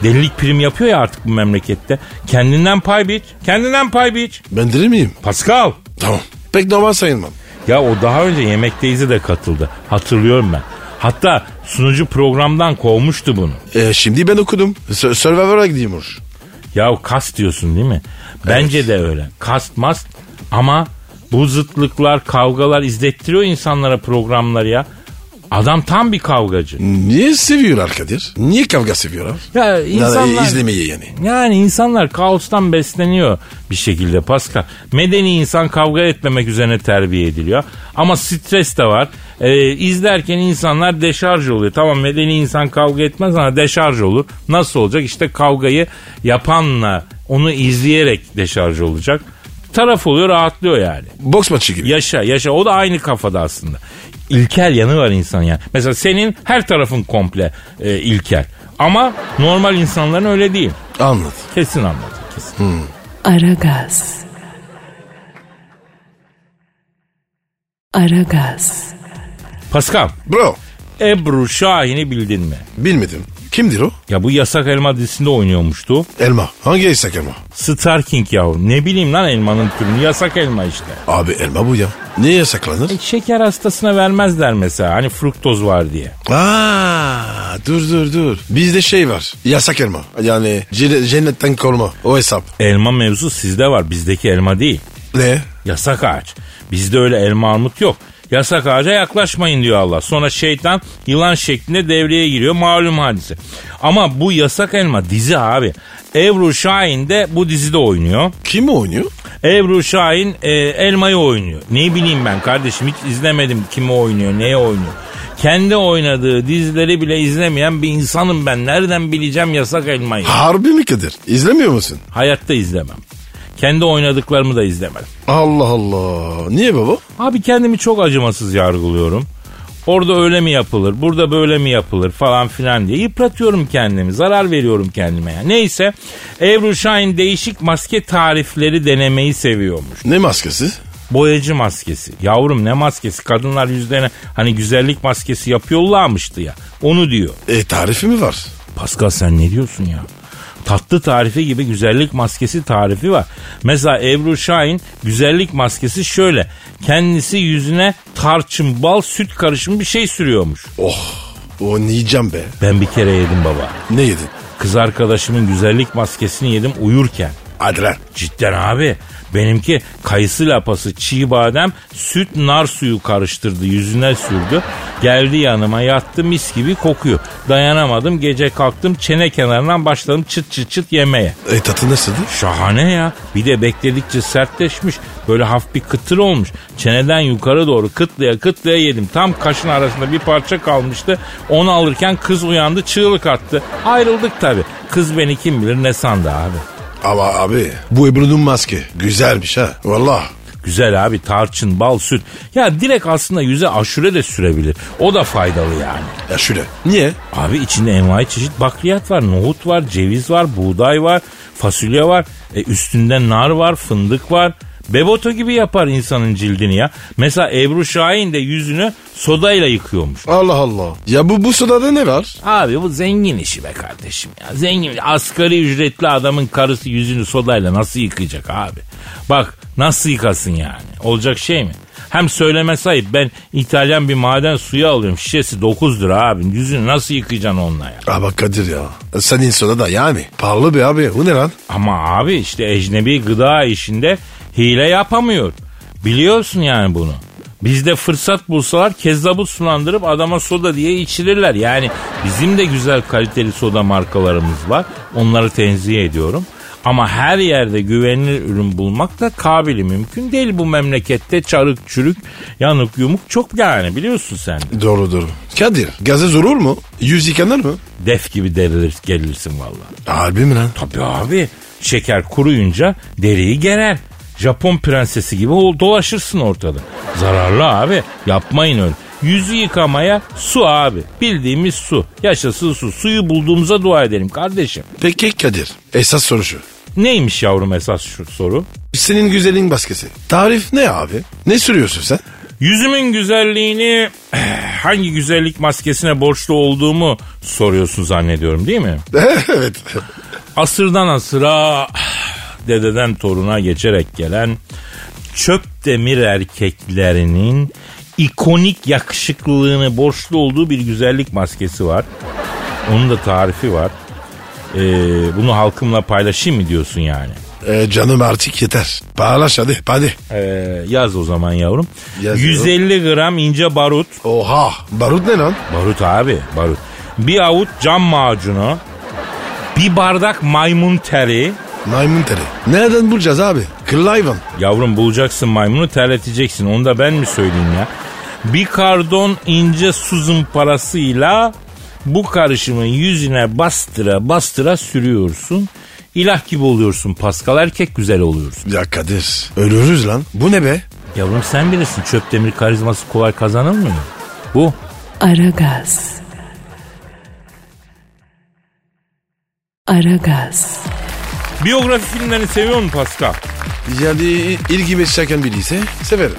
S2: Delilik prim yapıyor ya artık bu memlekette. Kendinden pay biç. Kendinden pay biç.
S3: Ben deli miyim?
S2: Pascal.
S3: Tamam. Pek normal sayılmam.
S2: Ya o daha önce Yemekteyiz'e de katıldı. Hatırlıyorum ben. Hatta sunucu programdan kovmuştu bunu.
S3: E, şimdi ben okudum. Sur- Survivor'a gidiyormuş.
S2: Ya kast diyorsun değil mi? Bence de öyle. Kast mast ama bu zıtlıklar, kavgalar izlettiriyor insanlara programları ya. Adam tam bir kavgacı.
S3: Niye seviyorlar Kadir? Niye kavga seviyorlar?
S2: Ya insanlar...
S3: Yani izlemeyi yani.
S2: Yani insanlar kaostan besleniyor bir şekilde Pascal. Medeni insan kavga etmemek üzerine terbiye ediliyor. Ama stres de var. Ee, izlerken insanlar deşarj oluyor. Tamam medeni insan kavga etmez ama deşarj olur. Nasıl olacak? İşte kavgayı yapanla onu izleyerek deşarj olacak. Taraf oluyor rahatlıyor yani.
S3: Boks maçı gibi.
S2: Yaşa yaşa o da aynı kafada aslında. İlkel yanı var insan yani. Mesela senin her tarafın komple e, ilkel. Ama normal insanların öyle değil.
S3: Anladım.
S2: Kesin anladı kesin.
S1: Aragaz. Aragaz.
S2: Pascal,
S3: Bro
S2: Ebru Şahin'i bildin mi?
S3: bilmedim. Kimdir o?
S2: Ya bu Yasak Elma dizisinde oynuyormuştu.
S3: Elma. Hangi yasak elma?
S2: Star King yahu. Ne bileyim lan elmanın türünü. Yasak elma işte.
S3: Abi elma bu ya. Niye yasaklanır?
S2: E, şeker hastasına vermezler mesela. Hani fruktoz var diye.
S3: Aa, dur dur dur. Bizde şey var. Yasak elma. Yani cine- cennetten koruma. O hesap.
S2: Elma mevzu sizde var. Bizdeki elma değil.
S3: Ne?
S2: Yasak ağaç. Bizde öyle elma armut yok. Yasak ağaca yaklaşmayın diyor Allah. Sonra şeytan yılan şeklinde devreye giriyor. Malum hadise. Ama bu yasak elma dizi abi. Ebru Şahin de bu dizide oynuyor.
S3: Kim oynuyor?
S2: Ebru Şahin e, elmayı oynuyor. Ne bileyim ben kardeşim hiç izlemedim kimi oynuyor, neye oynuyor. Kendi oynadığı dizileri bile izlemeyen bir insanım ben. Nereden bileceğim yasak elmayı?
S3: Harbi mi Kadir? İzlemiyor musun?
S2: Hayatta izlemem. Kendi oynadıklarımı da izlemedim.
S3: Allah Allah. Niye baba?
S2: Abi kendimi çok acımasız yargılıyorum. Orada öyle mi yapılır, burada böyle mi yapılır falan filan diye yıpratıyorum kendimi, zarar veriyorum kendime. Yani. Neyse, Ebru Şahin değişik maske tarifleri denemeyi seviyormuş.
S3: Ne maskesi?
S2: Boyacı maskesi. Yavrum ne maskesi? Kadınlar yüzlerine hani güzellik maskesi yapıyorlarmıştı ya. Onu diyor.
S3: E tarifi mi var?
S2: Pascal sen ne diyorsun ya? Tatlı tarifi gibi güzellik maskesi tarifi var. Mesela Ebru Şahin güzellik maskesi şöyle. Kendisi yüzüne tarçın, bal, süt karışımı bir şey sürüyormuş.
S3: Oh. O yiyeceğim be.
S2: Ben bir kere yedim baba.
S3: Ne yedin?
S2: Kız arkadaşımın güzellik maskesini yedim uyurken.
S3: Hadi lan.
S2: Cidden abi. Benimki kayısı lapası, çiğ badem, süt, nar suyu karıştırdı. Yüzüne sürdü. Geldi yanıma yattı mis gibi kokuyor. Dayanamadım gece kalktım çene kenarından başladım çıt çıt çıt yemeye.
S3: E tadı nasıldı?
S2: Şahane ya. Bir de bekledikçe sertleşmiş. Böyle hafif bir kıtır olmuş. Çeneden yukarı doğru kıtlaya kıtlaya yedim. Tam kaşın arasında bir parça kalmıştı. Onu alırken kız uyandı çığlık attı. Ayrıldık tabii. Kız beni kim bilir ne sandı abi.
S3: Ama abi bu Ebru'nun maske güzelmiş ha. Valla.
S2: Güzel abi tarçın, bal, süt. Ya direkt aslında yüze aşure de sürebilir. O da faydalı yani.
S3: Ya şöyle. Niye?
S2: Abi içinde envai çeşit bakliyat var. Nohut var, ceviz var, buğday var, fasulye var. E üstünde nar var, fındık var. Beboto gibi yapar insanın cildini ya. Mesela Ebru Şahin de yüzünü sodayla yıkıyormuş.
S3: Allah Allah. Ya bu bu sodada ne var?
S2: Abi bu zengin işi be kardeşim ya. Zengin asgari ücretli adamın karısı yüzünü sodayla nasıl yıkayacak abi? Bak nasıl yıkasın yani? Olacak şey mi? Hem söylemesi ayıp ben İtalyan bir maden suyu alıyorum şişesi 9 lira abi. Yüzünü nasıl yıkayacaksın onunla ya?
S3: Ama Kadir ya. Senin sodada yani. Pahalı be abi. Bu ne lan?
S2: Ama abi işte ecnebi gıda işinde hile yapamıyor. Biliyorsun yani bunu. Bizde fırsat bulsalar kezzabı sulandırıp adama soda diye içirirler. Yani bizim de güzel kaliteli soda markalarımız var. Onları tenzih ediyorum. Ama her yerde güvenilir ürün bulmak da kabili mümkün değil bu memlekette. Çarık çürük, yanık yumuk çok yani biliyorsun sen.
S3: Doğru doğru. Kadir gazoz olur mu? Yüz yıkanır mı?
S2: Def gibi derilir gelirsin vallahi.
S3: Harbi mi lan?
S2: Tabii abi. Şeker kuruyunca deriyi gerer. Japon prensesi gibi ol- dolaşırsın ortada. Zararlı abi. Yapmayın öyle. Yüzü yıkamaya su abi. Bildiğimiz su. Yaşasın su. Suyu bulduğumuza dua edelim kardeşim.
S3: Peki Kadir. Esas soru şu.
S2: Neymiş yavrum esas şu soru?
S3: Senin güzelin baskısı. Tarif ne abi? Ne sürüyorsun sen?
S2: Yüzümün güzelliğini hangi güzellik maskesine borçlu olduğumu soruyorsun zannediyorum değil mi?
S3: evet.
S2: Asırdan asıra dededen toruna geçerek gelen çöp demir erkeklerinin ikonik yakışıklılığını borçlu olduğu bir güzellik maskesi var. Onun da tarifi var. Ee, bunu halkımla paylaşayım mı diyorsun yani?
S3: Ee, canım artık yeter. Paylaş hadi hadi.
S2: Ee, yaz o zaman yavrum.
S3: Yazıyorum.
S2: 150 gram ince barut.
S3: Oha. Barut ne lan?
S2: Barut abi barut. Bir avuç cam macunu. Bir bardak maymun teri.
S3: Maymun teri. Nereden bulacağız abi? Kıllı hayvan.
S2: Yavrum bulacaksın maymunu terleteceksin. Onu da ben mi söyleyeyim ya? Bir kardon ince su zımparasıyla bu karışımı yüzüne bastıra bastıra sürüyorsun. İlah gibi oluyorsun Pascal erkek güzel oluyorsun.
S3: Ya Kadir. Ölürüz lan. Bu ne be?
S2: Yavrum sen bilirsin çöp demir karizması kolay kazanılmıyor. Bu
S1: Aragaz. Aragaz.
S2: Biyografi filmlerini seviyor musun Pascal?
S3: Yani ilgimi çeken biriyse severim.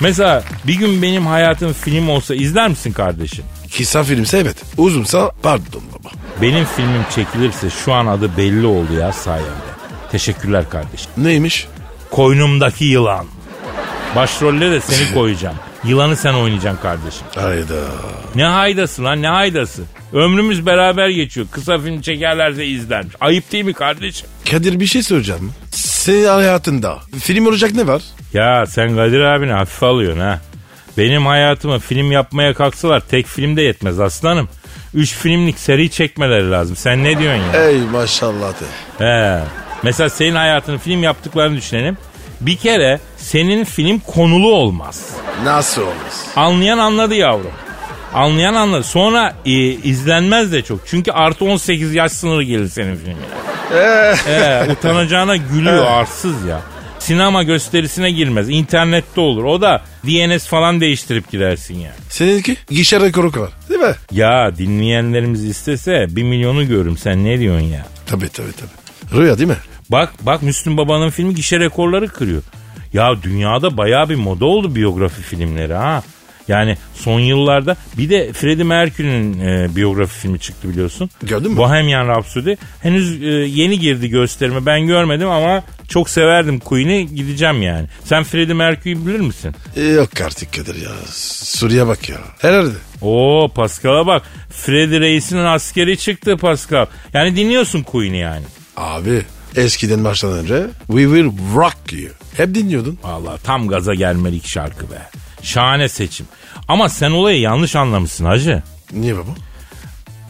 S2: Mesela bir gün benim hayatım film olsa izler misin kardeşim?
S3: Kısa filmse evet. Uzunsa pardon baba.
S2: Benim filmim çekilirse şu an adı belli oldu ya sayende. Teşekkürler kardeşim.
S3: Neymiş?
S2: Koynumdaki yılan. Başrolle de seni koyacağım. Yılanı sen oynayacaksın kardeşim.
S3: Hayda.
S2: Ne haydası lan ne haydası. Ömrümüz beraber geçiyor. Kısa film çekerlerse izlenmiş. Ayıp değil mi kardeşim?
S3: Kadir bir şey soracağım. Senin hayatında film olacak ne var?
S2: Ya sen Kadir abini hafife alıyorsun ha. Benim hayatıma film yapmaya kalksalar tek filmde yetmez aslanım. Üç filmlik seri çekmeleri lazım. Sen ne diyorsun ya?
S3: Ey maşallah de.
S2: He. Mesela senin hayatını film yaptıklarını düşünelim. Bir kere senin film konulu olmaz.
S3: Nasıl olmaz?
S2: Anlayan anladı yavrum. Anlayan anladı. Sonra e, izlenmez de çok. Çünkü artı 18 yaş sınırı gelir senin filmine. Ee, utanacağına gülüyor arsız ya. Sinema gösterisine girmez. İnternette olur. O da DNS falan değiştirip gidersin yani.
S3: Seninki gişe rekoru kadar. Değil mi?
S2: Ya dinleyenlerimiz istese 1 milyonu görürüm. Sen ne diyorsun ya?
S3: Tabii tabii tabii. Rüya değil mi?
S2: Bak bak Müslüm Baba'nın filmi gişe rekorları kırıyor. Ya dünyada bayağı bir moda oldu biyografi filmleri ha. Yani son yıllarda bir de Freddie Mercury'nin e, biyografi filmi çıktı biliyorsun.
S3: Gördün mü?
S2: Bohemian Rhapsody. Henüz e, yeni girdi gösterime ben görmedim ama çok severdim Queen'i gideceğim yani. Sen Freddie Mercury'yi bilir misin?
S3: E, yok artık Kadir ya. Suriye bak ya. Herhalde.
S2: Oo Pascal'a bak. Freddie Reis'in askeri çıktı Pascal. Yani dinliyorsun Queen'i yani.
S3: Abi eskiden maçtan önce We Will Rock You. Hep dinliyordun.
S2: Valla tam gaza gelmelik şarkı be. Şahane seçim. Ama sen olayı yanlış anlamışsın hacı.
S3: Niye baba?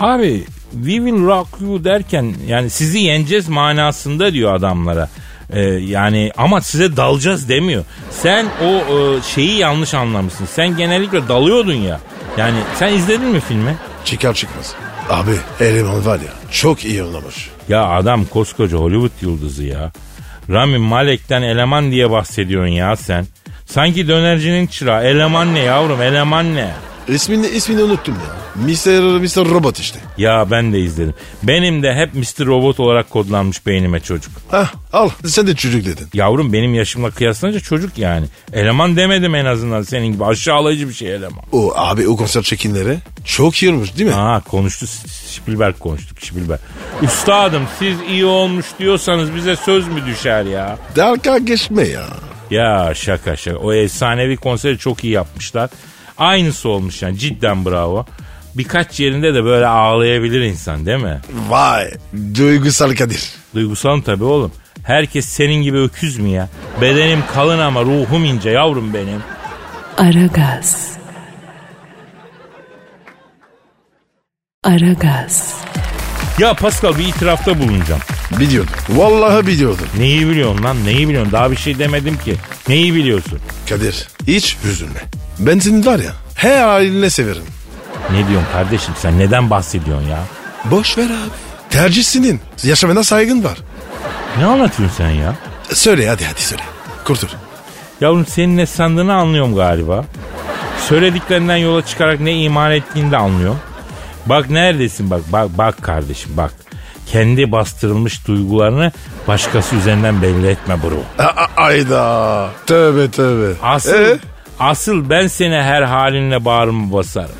S2: Abi we will rock you derken yani sizi yeneceğiz manasında diyor adamlara. Ee, yani ama size dalacağız demiyor. Sen o e, şeyi yanlış anlamışsın. Sen genellikle dalıyordun ya. Yani sen izledin mi filmi?
S3: Çıkar çıkmaz. Abi eleman var ya çok iyi anlamış.
S2: Ya adam koskoca Hollywood yıldızı ya. Rami Malek'ten eleman diye bahsediyorsun ya sen. Sanki dönercinin çırağı. Eleman ne yavrum eleman ne?
S3: İsmini, ismini unuttum ya. Mr. Mr. Robot işte.
S2: Ya ben de izledim. Benim de hep Mr. Robot olarak kodlanmış beynime çocuk.
S3: Hah al sen de çocuk dedin.
S2: Yavrum benim yaşımla kıyaslanınca çocuk yani. Eleman demedim en azından senin gibi. Aşağılayıcı bir şey eleman.
S3: O abi o konser çekinleri çok iyi olmuş değil mi?
S2: Aa konuştu Spielberg konuştuk Spielberg. Üstadım siz iyi olmuş diyorsanız bize söz mü düşer ya?
S3: Dalga geçme ya.
S2: Ya şaka şaka. O efsanevi konseri çok iyi yapmışlar. Aynısı olmuş yani cidden bravo. Birkaç yerinde de böyle ağlayabilir insan değil mi?
S3: Vay duygusal Kadir.
S2: Duygusal tabii oğlum. Herkes senin gibi öküz mü ya? Bedenim kalın ama ruhum ince yavrum benim.
S1: Aragaz. Aragaz.
S2: Ya Pascal bir itirafta bulunacağım.
S3: Biliyordum. Vallahi biliyordum.
S2: Neyi biliyorsun lan neyi biliyorsun? Daha bir şey demedim ki. Neyi biliyorsun?
S3: Kadir hiç üzülme. Ben seni var ya her haline severim.
S2: Ne diyorsun kardeşim sen neden bahsediyorsun ya?
S3: Boş ver abi. Tercih senin. Yaşamına saygın var.
S2: Ne anlatıyorsun sen ya?
S3: Söyle hadi hadi söyle. Kurtul.
S2: Yavrum senin ne sandığını anlıyorum galiba. Söylediklerinden yola çıkarak ne iman ettiğini de anlıyorum. Bak neredesin bak bak bak kardeşim bak. Kendi bastırılmış duygularını başkası üzerinden belli etme bro.
S3: A- a- Ayda. Tövbe tövbe.
S2: Asıl,
S3: Ee?
S2: asıl ben seni her halinle bağrımı basarım.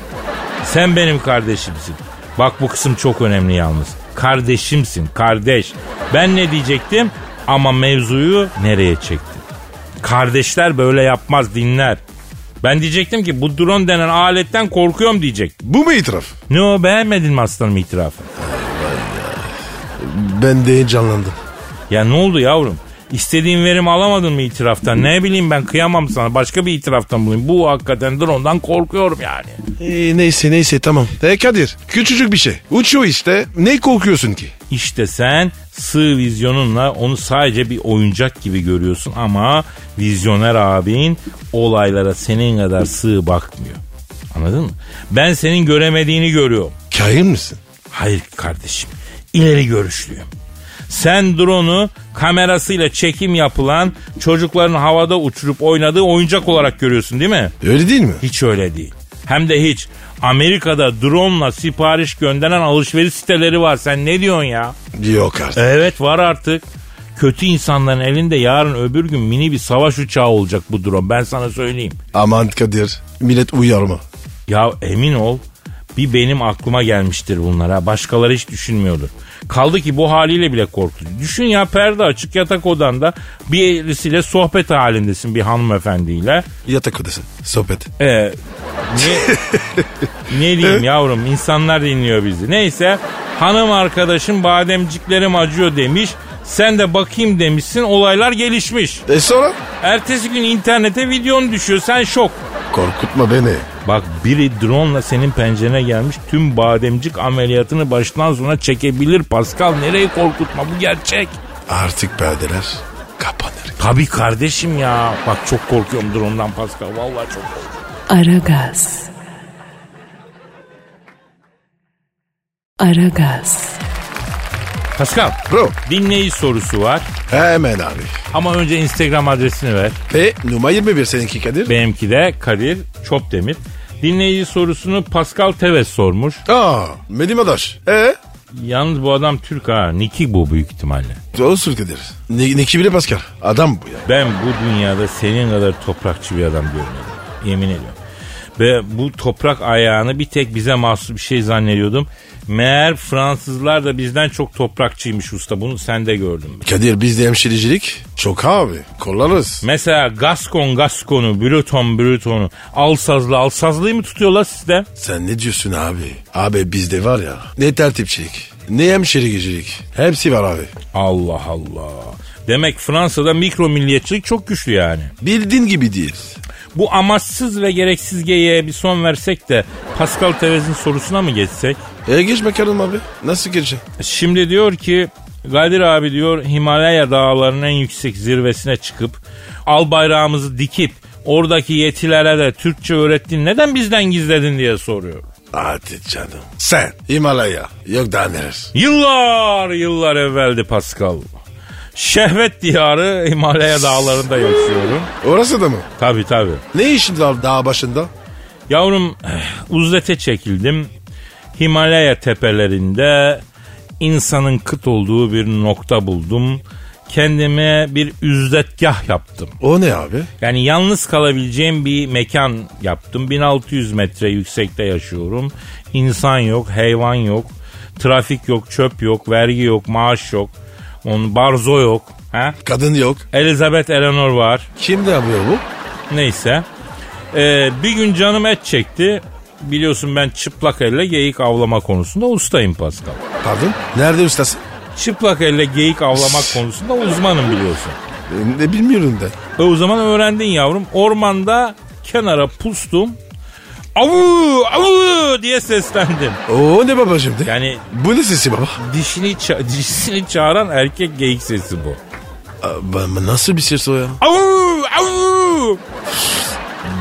S2: Sen benim kardeşimsin. Bak bu kısım çok önemli yalnız. Kardeşimsin, kardeş. Ben ne diyecektim ama mevzuyu nereye çektim? Kardeşler böyle yapmaz dinler. Ben diyecektim ki bu drone denen aletten korkuyorum diyecek.
S3: Bu mu itiraf?
S2: Ne o beğenmedin mi aslanım itirafı?
S3: Ben de heyecanlandım.
S2: Ya ne oldu yavrum? İstediğin verimi alamadın mı itiraftan? Ne bileyim ben kıyamam sana. Başka bir itiraftan bulayım. Bu hakikaten drone'dan korkuyorum yani.
S3: Ee, neyse neyse tamam. E Kadir küçücük bir şey. Uçuyor işte. Ne korkuyorsun ki?
S2: İşte sen sığ vizyonunla onu sadece bir oyuncak gibi görüyorsun ama vizyoner abin olaylara senin kadar sığ bakmıyor. Anladın mı? Ben senin göremediğini görüyorum.
S3: Kahin misin?
S2: Hayır kardeşim. ileri görüşlüyüm. Sen drone'u kamerasıyla çekim yapılan çocukların havada uçurup oynadığı oyuncak olarak görüyorsun değil mi?
S3: Öyle değil mi?
S2: Hiç öyle değil. Hem de hiç. Amerika'da drone'la sipariş gönderen alışveriş siteleri var. Sen ne diyorsun ya?
S3: Yok artık.
S2: Evet var artık. Kötü insanların elinde yarın öbür gün mini bir savaş uçağı olacak bu drone. Ben sana söyleyeyim.
S3: Aman Kadir millet uyarma.
S2: Ya emin ol bir benim aklıma gelmiştir bunlara. Başkaları hiç düşünmüyordur. Kaldı ki bu haliyle bile korkutucu. Düşün ya perde açık yatak odanda birisiyle sohbet halindesin bir hanımefendiyle.
S3: Yatak odası sohbet.
S2: Ee, ne, ne diyeyim yavrum insanlar dinliyor bizi. Neyse hanım arkadaşım bademciklerim acıyor demiş. Sen de bakayım demişsin olaylar gelişmiş.
S3: E sonra?
S2: Ertesi gün internete videon düşüyor sen şok.
S3: Korkutma beni.
S2: Bak biri drone'la senin pencerene gelmiş tüm bademcik ameliyatını baştan sona çekebilir Pascal. Nereye korkutma bu gerçek.
S3: Artık perdeler kapanır.
S2: Tabii kardeşim ya. Bak çok korkuyorum drone'dan Pascal. Vallahi çok korkuyorum.
S1: Aragaz. Aragaz.
S2: Pascal
S3: Bro
S2: dinleyici sorusu var
S3: hemen abi.
S2: ama önce Instagram adresini ver.
S3: Ve numara 21 seninki Kadir.
S2: Benimki de Kadir Çopdemir. Dinleyici sorusunu Pascal Teves sormuş.
S3: Aa Medim Adaş. E
S2: Yalnız bu adam Türk ha. Niki bu büyük ihtimalle.
S3: Olsun Kadir. Ne, ne kibiri Pascal. Adam bu ya.
S2: Ben bu dünyada senin kadar toprakçı bir adam görmedim. Yemin ediyorum. Ve bu toprak ayağını bir tek bize mahsus bir şey zannediyordum. Meğer Fransızlar da bizden çok toprakçıymış usta. Bunu sende gördüm. ben.
S3: Kadir bizde hemşiricilik çok abi. Kollarız.
S2: Mesela Gaskon Gaskon'u, Brüton Brüton'u, Alsazlı Alsazlı'yı mı tutuyorlar sizde?
S3: Sen ne diyorsun abi? Abi bizde var ya ne tertipçilik ne hemşiricilik. Hepsi var abi.
S2: Allah Allah. Demek Fransa'da mikro milliyetçilik çok güçlü yani.
S3: Bildiğin gibi değil.
S2: Bu amaçsız ve gereksiz geyiğe bir son versek de Pascal Tevez'in sorusuna mı geçsek?
S3: E geç bakalım abi. Nasıl gireceğim?
S2: Şimdi diyor ki Kadir abi diyor Himalaya dağlarının en yüksek zirvesine çıkıp al bayrağımızı dikip oradaki yetilere de Türkçe öğrettin neden bizden gizledin diye soruyor.
S3: Hadi canım. Sen Himalaya. Yok daha neler.
S2: Yıllar yıllar evveldi Pascal. Şehvet diyarı Himalaya dağlarında yaşıyorum.
S3: Orası da mı?
S2: Tabii tabii.
S3: Ne işin var dağ başında?
S2: Yavrum uzlete çekildim. Himalaya tepelerinde insanın kıt olduğu bir nokta buldum. Kendime bir üzdetgah yaptım.
S3: O ne abi?
S2: Yani yalnız kalabileceğim bir mekan yaptım. 1600 metre yüksekte yaşıyorum. İnsan yok, hayvan yok, trafik yok, çöp yok, vergi yok, maaş yok. Onun barzo yok. Ha?
S3: Kadın yok.
S2: Elizabeth Eleanor var.
S3: Kim ne yapıyor bu?
S2: Neyse. Ee, bir gün canım et çekti. Biliyorsun ben çıplak elle geyik avlama konusunda ustayım Pascal.
S3: Pardon? Nerede ustası?
S2: Çıplak elle geyik avlamak konusunda uzmanım biliyorsun.
S3: E, Ne bilmiyorum da.
S2: E o zaman öğrendin yavrum. Ormanda kenara pustum. Avu avu diye seslendim.
S3: O ne baba şimdi?
S2: Yani
S3: Bu ne sesi baba?
S2: dişini ça- dişini çağıran erkek geyik sesi bu.
S3: Aa, ben- Nasıl bir ses o ya?
S2: Avu avu.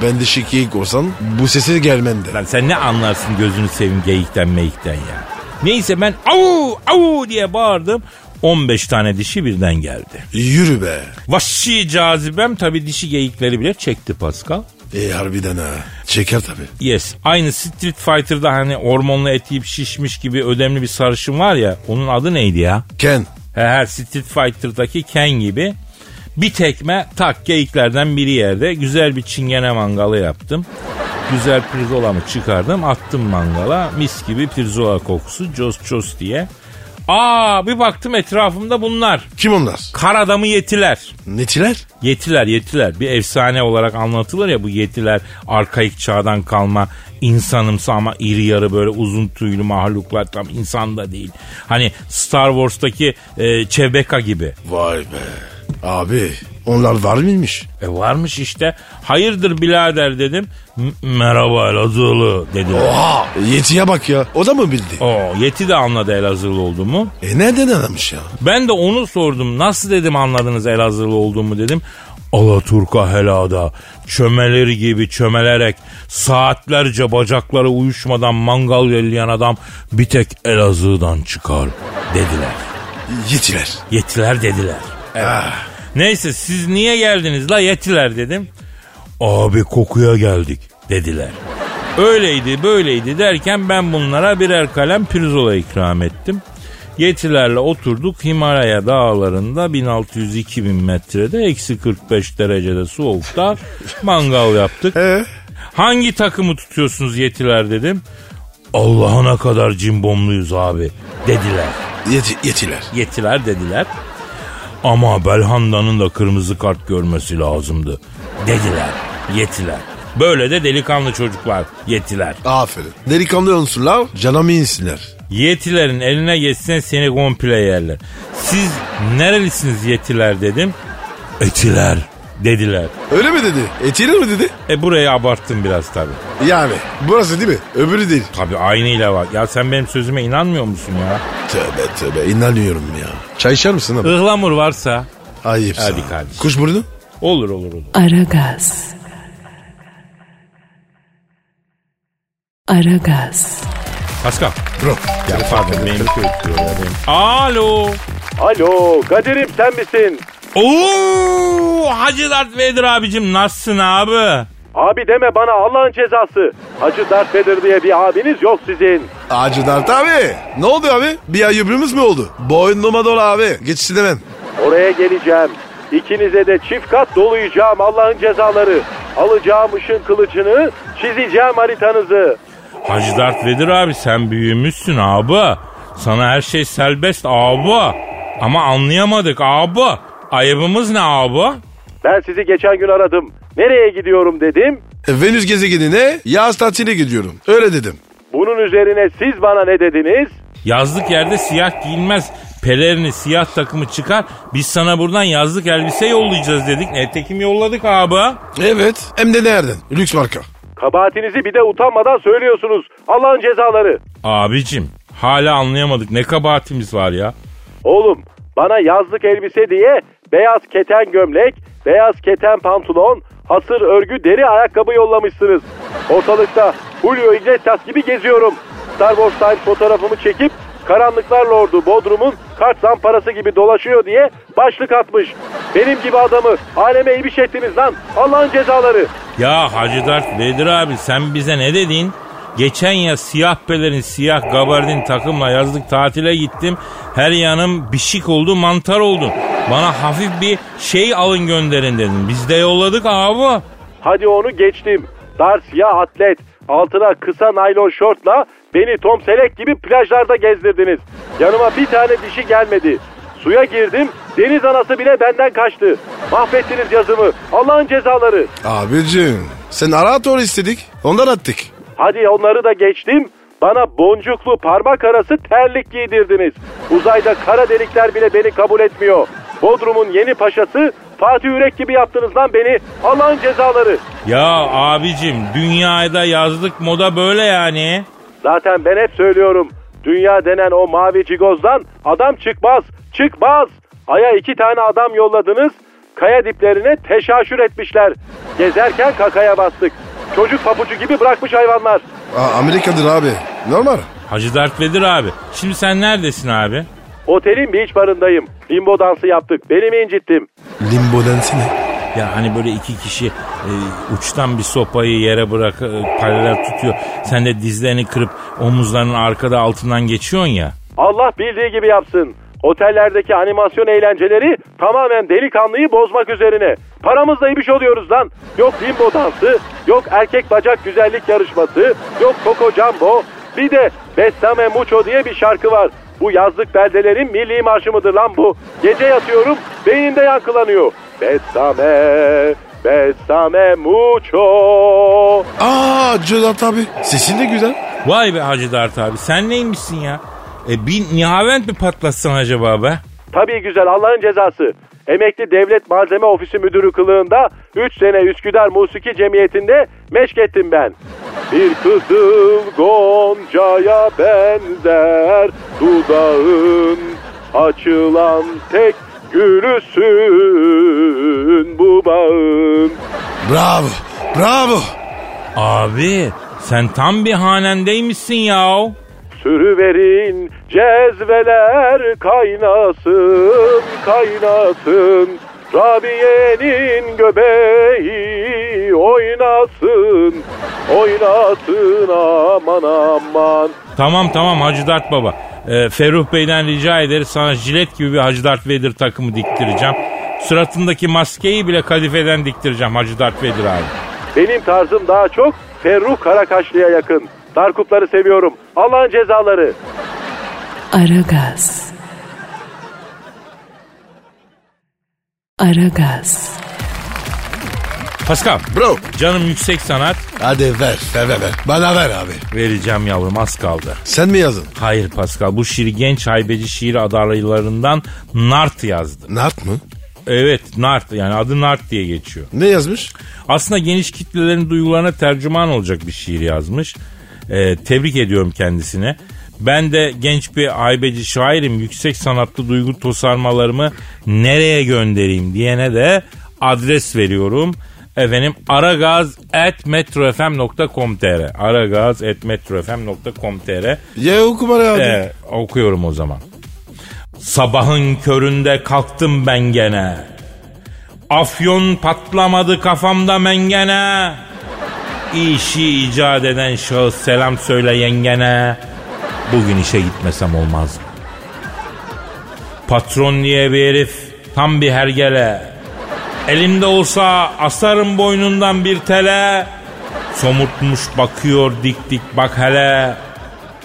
S3: Ben de şikayet olsam bu sesi gelmem de.
S2: Lan sen ne anlarsın gözünü seveyim geyikten meyikten ya. Neyse ben avu avu diye bağırdım. 15 tane dişi birden geldi.
S3: Yürü be.
S2: Vahşi cazibem tabi dişi geyikleri bile çekti Pascal.
S3: E harbiden ha. Çeker tabii.
S2: Yes. Aynı Street Fighter'da hani hormonlu et yiyip şişmiş gibi ödemli bir sarışın var ya. Onun adı neydi ya?
S3: Ken.
S2: He, Her Street Fighter'daki Ken gibi. Bir tekme tak geyiklerden biri yerde. Güzel bir çingene mangalı yaptım. Güzel pirzolamı çıkardım. Attım mangala. Mis gibi pirzola kokusu. Cos cos diye. Aa bir baktım etrafımda bunlar.
S3: Kim onlar?
S2: Kar adamı yetiler.
S3: Netiler?
S2: Yetiler yetiler bir efsane olarak anlatılır ya bu yetiler arkaik çağdan kalma insanımsı ama iri yarı böyle uzun tüylü mahluklar tam insan da değil. Hani Star Wars'taki e, Chewbacca gibi.
S3: Vay be. Abi onlar var mıymış?
S2: E varmış işte hayırdır birader dedim. "M- Merhaba Elazığlı dedi.
S3: Oha. Yetiye bak ya. O da mı bildi?
S2: Oo, yeti de anladı Elazığlı olduğumu.
S3: E nereden anlamış ya?
S2: Ben de onu sordum. Nasıl dedim anladınız Elazığlı olduğumu dedim. Alaturka helada çömeleri gibi çömelerek saatlerce bacakları uyuşmadan mangal yelayan adam bir tek Elazığ'dan çıkar dediler.
S3: Yetiler.
S2: Yetiler dediler.
S3: Ah.
S2: Neyse siz niye geldiniz la yetiler dedim. Abi kokuya geldik dediler. Öyleydi böyleydi derken ben bunlara birer kalem pirzola ikram ettim. Yetilerle oturduk Himalaya dağlarında 1600-2000 metrede eksi 45 derecede soğukta mangal yaptık. Hangi takımı tutuyorsunuz yetiler dedim. Allah'ına kadar cimbomluyuz abi dediler.
S3: Yeti, yetiler.
S2: Yetiler dediler. Ama Belhanda'nın da kırmızı kart görmesi lazımdı. Dediler. Yetiler. Böyle de delikanlı çocuklar. Yetiler.
S3: Aferin. Delikanlı unsurlar canamı insinler.
S2: Yetilerin eline geçsen seni komple yerler. Siz nerelisiniz yetiler dedim. Etiler dediler.
S3: Öyle mi dedi? Etiler mi dedi?
S2: E burayı abarttım biraz tabii.
S3: Yani burası değil mi? Öbürü değil.
S2: Tabii aynıyla var. Ya sen benim sözüme inanmıyor musun ya?
S3: Tövbe tövbe inanıyorum ya. Çay içer misin abi?
S2: Ihlamur varsa
S3: Ayıp
S2: Hadi
S3: sana.
S2: kardeşim.
S3: Kuşburnu?
S2: olur olur olur.
S1: Aragaz. Aragaz.
S2: Pascal.
S3: Bro.
S2: Ya pardon benim kötü ya benim. Alo.
S5: Alo Kadir'im sen misin?
S2: Oo, Hacı Dert Vedir abicim nasılsın abi?
S5: Abi deme bana Allah'ın cezası. Hacı Darth Vader diye bir abiniz yok sizin.
S3: Acı Dert abi. Ne oldu abi? Bir ayıbımız mı oldu? Boynuma dolu abi. Geçsin hemen.
S5: Oraya geleceğim. İkinize de çift kat dolayacağım Allah'ın cezaları. Alacağım ışın kılıcını, çizeceğim haritanızı.
S2: Hacı Dert Vedir abi sen büyümüşsün abi. Sana her şey serbest abi. Ama anlayamadık abi. Ayıbımız ne abi?
S5: Ben sizi geçen gün aradım. Nereye gidiyorum dedim.
S3: E, Venüs gezegenine yaz tatile gidiyorum. Öyle dedim.
S5: Bunun üzerine siz bana ne dediniz?
S2: Yazlık yerde siyah giyinmez. Pelerini siyah takımı çıkar. Biz sana buradan yazlık elbise yollayacağız dedik. Etekim yolladık abi.
S3: Evet. Hem de nereden? Lüks marka.
S5: Kabahatinizi bir de utanmadan söylüyorsunuz. Allah'ın cezaları.
S2: Abicim hala anlayamadık. Ne kabahatimiz var ya.
S5: Oğlum bana yazlık elbise diye beyaz keten gömlek, beyaz keten pantolon, hasır örgü deri ayakkabı yollamışsınız. Ortalıkta Julio Iglesias gibi geziyorum. Star Wars Time fotoğrafımı çekip Karanlıklar Lordu Bodrum'un kart zamparası gibi dolaşıyor diye başlık atmış. Benim gibi adamı aleme ibiş ettiniz lan. Allah'ın cezaları.
S2: Ya Hacı Dert Vedir abi sen bize ne dedin? Geçen yaz siyah pelerin siyah gabardin takımla yazlık tatile gittim. Her yanım bişik oldu mantar oldu. Bana hafif bir şey alın gönderin dedim. Biz de yolladık abi.
S5: Hadi onu geçtim. Dar siyah atlet, altına kısa naylon şortla beni Tom Selleck gibi plajlarda gezdirdiniz. Yanıma bir tane dişi gelmedi. Suya girdim, deniz anası bile benden kaçtı. Mahvettiniz yazımı, Allah'ın cezaları.
S3: Abicim. Sen Arator istedik. Ondan attık.
S5: Hadi onları da geçtim, bana boncuklu parmak arası terlik giydirdiniz. Uzayda kara delikler bile beni kabul etmiyor. Bodrum'un yeni paşası Fatih Yürek gibi yaptınız lan beni. Allah'ın cezaları.
S2: Ya abicim dünyada yazlık moda böyle yani.
S5: Zaten ben hep söylüyorum. Dünya denen o mavi cigozdan adam çıkmaz. Çıkmaz. Ay'a iki tane adam yolladınız. Kaya diplerine teşaşür etmişler. Gezerken kakaya bastık. Çocuk papucu gibi bırakmış hayvanlar.
S3: Aa, Amerika'dır abi. Normal.
S2: Hacı Dert Vedir abi. Şimdi sen neredesin abi?
S5: Otelin beach barındayım. Limbo dansı yaptık. Beni mi incittim?
S3: Limbo densi ne?
S2: Ya hani böyle iki kişi e, uçtan bir sopayı yere bırak e, paralel tutuyor. Sen de dizlerini kırıp omuzlarının arkada altından geçiyorsun ya.
S5: Allah bildiği gibi yapsın. Otellerdeki animasyon eğlenceleri tamamen delikanlıyı bozmak üzerine. Paramızla ibiş oluyoruz lan. Yok limbo dansı, yok erkek bacak güzellik yarışması, yok Coco Jumbo. Bir de Bestame Mucho diye bir şarkı var. Bu yazlık beldelerin milli marşı mıdır lan bu? Gece yatıyorum, beynimde yankılanıyor. Bestame, Bestame Mucho.
S3: Aa Cedat abi. Sesin de güzel.
S2: Vay be Hacı Dert abi sen neymişsin ya? E bir nihavent mi patlatsan acaba be?
S5: Tabii güzel Allah'ın cezası. Emekli Devlet Malzeme Ofisi Müdürü kılığında 3 sene Üsküdar Musiki Cemiyeti'nde meşk ettim ben. Bir kızıl goncaya benzer dudağın açılan tek gülüsün bu bağın.
S3: Bravo. Bravo.
S2: Abi sen tam bir hanendeymişsin ya.
S5: Sürüverin cezveler kaynasın kaynasın Rabiye'nin göbeği oynasın
S4: Oynatın aman aman.
S2: Tamam tamam Hacı Dert Baba. Ee, Ferruh Bey'den rica ederiz sana jilet gibi bir Hacı Dert Vader takımı diktireceğim. Suratındaki maskeyi bile kadifeden diktireceğim Hacı Dert Vader abi.
S4: Benim tarzım daha çok Ferruh Karakaşlı'ya yakın. Darkupları seviyorum. Allah'ın cezaları.
S1: Aragaz. Aragaz.
S2: Pascal
S3: Bro.
S2: canım yüksek sanat
S3: Hadi ver. Ver ver ver. Bana ver abi.
S2: vereceğim yavrum az kaldı.
S3: Sen mi yazdın?
S2: Hayır Pascal bu şiir genç haybeci şiir adaylarından Nart yazdı.
S3: Nart mı?
S2: Evet Nart yani adı Nart diye geçiyor.
S3: Ne yazmış?
S2: Aslında geniş kitlelerin duygularına tercüman olacak bir şiir yazmış. Ee, tebrik ediyorum kendisine. Ben de genç bir haybeci şairim yüksek sanatlı duygu tosarmalarımı nereye göndereyim diyene de adres veriyorum. Efendim aragaz.metrofm.com.tr aragaz.metrofm.com.tr
S3: Ya oku bana abi.
S2: ee, okuyorum o zaman. Sabahın köründe kalktım ben gene. Afyon patlamadı kafamda mengene. İşi icat eden şahıs selam söyle yengene. Bugün işe gitmesem olmaz mı? Patron diye bir herif tam bir hergele. Elimde olsa asarım boynundan bir tele. Somurtmuş bakıyor dik dik bak hele.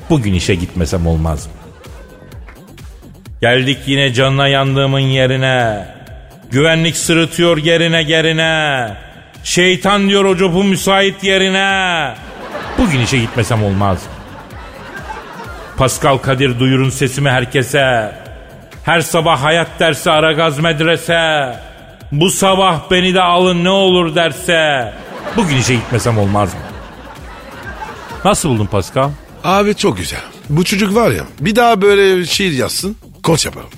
S2: Bugün işe gitmesem olmaz mı? Geldik yine canına yandığımın yerine. Güvenlik sırıtıyor gerine gerine. Şeytan diyor o copu müsait yerine. Bugün işe gitmesem olmaz. mı? Pascal Kadir duyurun sesimi herkese. Her sabah hayat dersi Aragaz medrese. Bu sabah beni de alın ne olur derse. Bugün işe gitmesem olmaz mı? Nasıl buldun Pascal?
S3: Abi çok güzel. Bu çocuk var ya bir daha böyle şiir yazsın. Koç yaparım.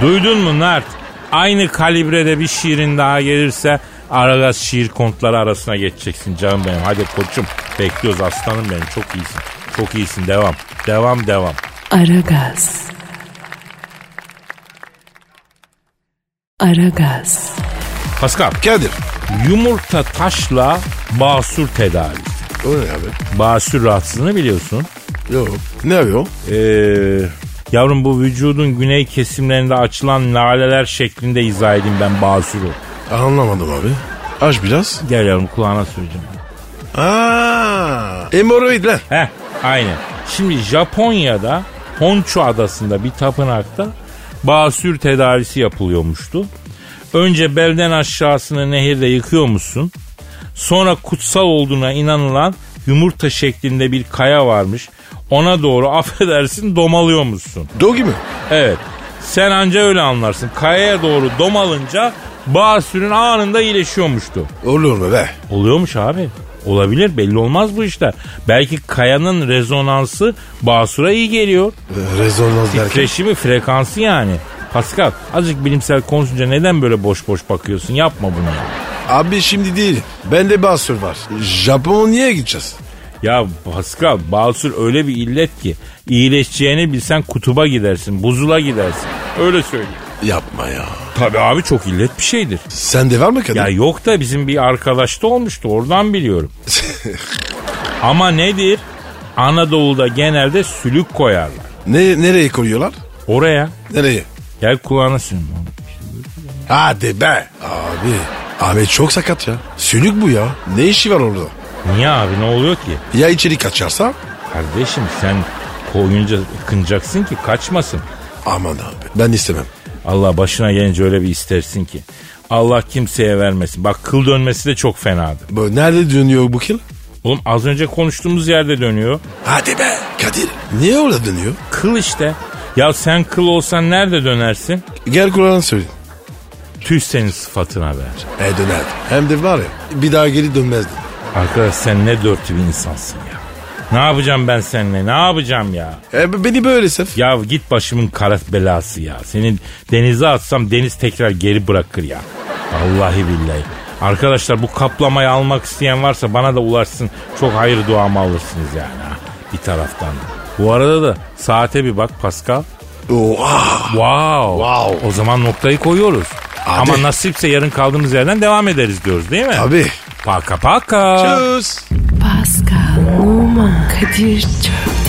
S2: Duydun mu Nart? Aynı kalibrede bir şiirin daha gelirse Aragaz şiir kontları arasına geçeceksin canım benim. Hadi koçum bekliyoruz aslanım benim çok iyisin. Çok iyisin devam. Devam devam.
S1: Aragaz. Aragaz.
S2: Pascal
S3: Kadir.
S2: yumurta taşla basur tedavisi.
S3: O ne abi?
S2: Basur rahatsızlığını biliyorsun.
S3: Yok. Ne abi o?
S2: Ee, yavrum bu vücudun güney kesimlerinde açılan laleler şeklinde izah edeyim ben basuru.
S3: Ah, Anlamadım abi. Aç biraz.
S2: Gel yavrum kulağına söyleyeceğim.
S3: Aa, hemoroid lan.
S2: Heh aynen. Şimdi Japonya'da Honchu adasında bir tapınakta basür tedavisi yapılıyormuştu. Önce belden aşağısını nehirde yıkıyormuşsun. Sonra kutsal olduğuna inanılan yumurta şeklinde bir kaya varmış. Ona doğru affedersin domalıyormuşsun.
S3: Dogi mi?
S2: Evet. Sen anca öyle anlarsın. Kayaya doğru domalınca basürün anında iyileşiyormuştu.
S3: Olur mu be?
S2: Oluyormuş abi. Olabilir belli olmaz bu işler. Belki kayanın rezonansı basura iyi geliyor.
S3: Ee, Rezonans derken.
S2: Titreşimi frekansı yani. Pascal azıcık bilimsel konuşunca neden böyle boş boş bakıyorsun yapma bunu ya.
S3: Abi şimdi değil. Bende basur var. Japonya'ya gideceğiz.
S2: Ya Pascal basur öyle bir illet ki iyileşeceğini bilsen kutuba gidersin buzula gidersin. Öyle söyleyeyim.
S3: Yapma ya.
S2: Tabii abi çok illet bir şeydir.
S3: Sende var mı Kadir?
S2: Ya yok da bizim bir arkadaşta olmuştu oradan biliyorum. Ama nedir? Anadolu'da genelde sülük koyarlar.
S3: Ne, nereye koyuyorlar?
S2: Oraya.
S3: Nereye?
S2: Gel kulağına sürün.
S3: Hadi be. Abi. Abi çok sakat ya. Sülük bu ya. Ne işi var orada?
S2: Niye abi ne oluyor ki?
S3: Ya içeri kaçarsa?
S2: Kardeşim sen koyunca kınacaksın ki kaçmasın.
S3: Aman abi. Ben istemem.
S2: Allah başına gelince öyle bir istersin ki. Allah kimseye vermesin. Bak kıl dönmesi de çok fenadır.
S3: Bu, nerede dönüyor bu kil?
S2: Oğlum az önce konuştuğumuz yerde dönüyor.
S3: Hadi be. Kadir. Niye orada dönüyor?
S2: Kıl işte. Ya sen kıl olsan nerede dönersin?
S3: Gel Kur'an'ı söyle.
S2: Tüh senin sıfatına ver.
S3: E dönerdi. Hem de var ya bir daha geri dönmezdi.
S2: Arkadaş sen ne dörtlü bir insansın ya. Ne yapacağım ben seninle? Ne yapacağım ya?
S3: E, beni böyle sev.
S2: Ya git başımın kara belası ya. Seni denize atsam deniz tekrar geri bırakır ya. Vallahi billahi. Arkadaşlar bu kaplamayı almak isteyen varsa bana da ulaşsın. Çok hayır duamı alırsınız yani ha. Bir taraftan da. Bu arada da saate bir bak Pascal.
S3: Oha.
S2: Wow.
S3: Wow.
S2: O zaman noktayı koyuyoruz.
S3: Hadi.
S2: Ama nasipse yarın kaldığımız yerden devam ederiz diyoruz değil mi?
S3: Abi.
S2: Paka paka.
S3: Tschüss.
S1: Pascal, Oman Kadir çok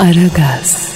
S1: Aragaz.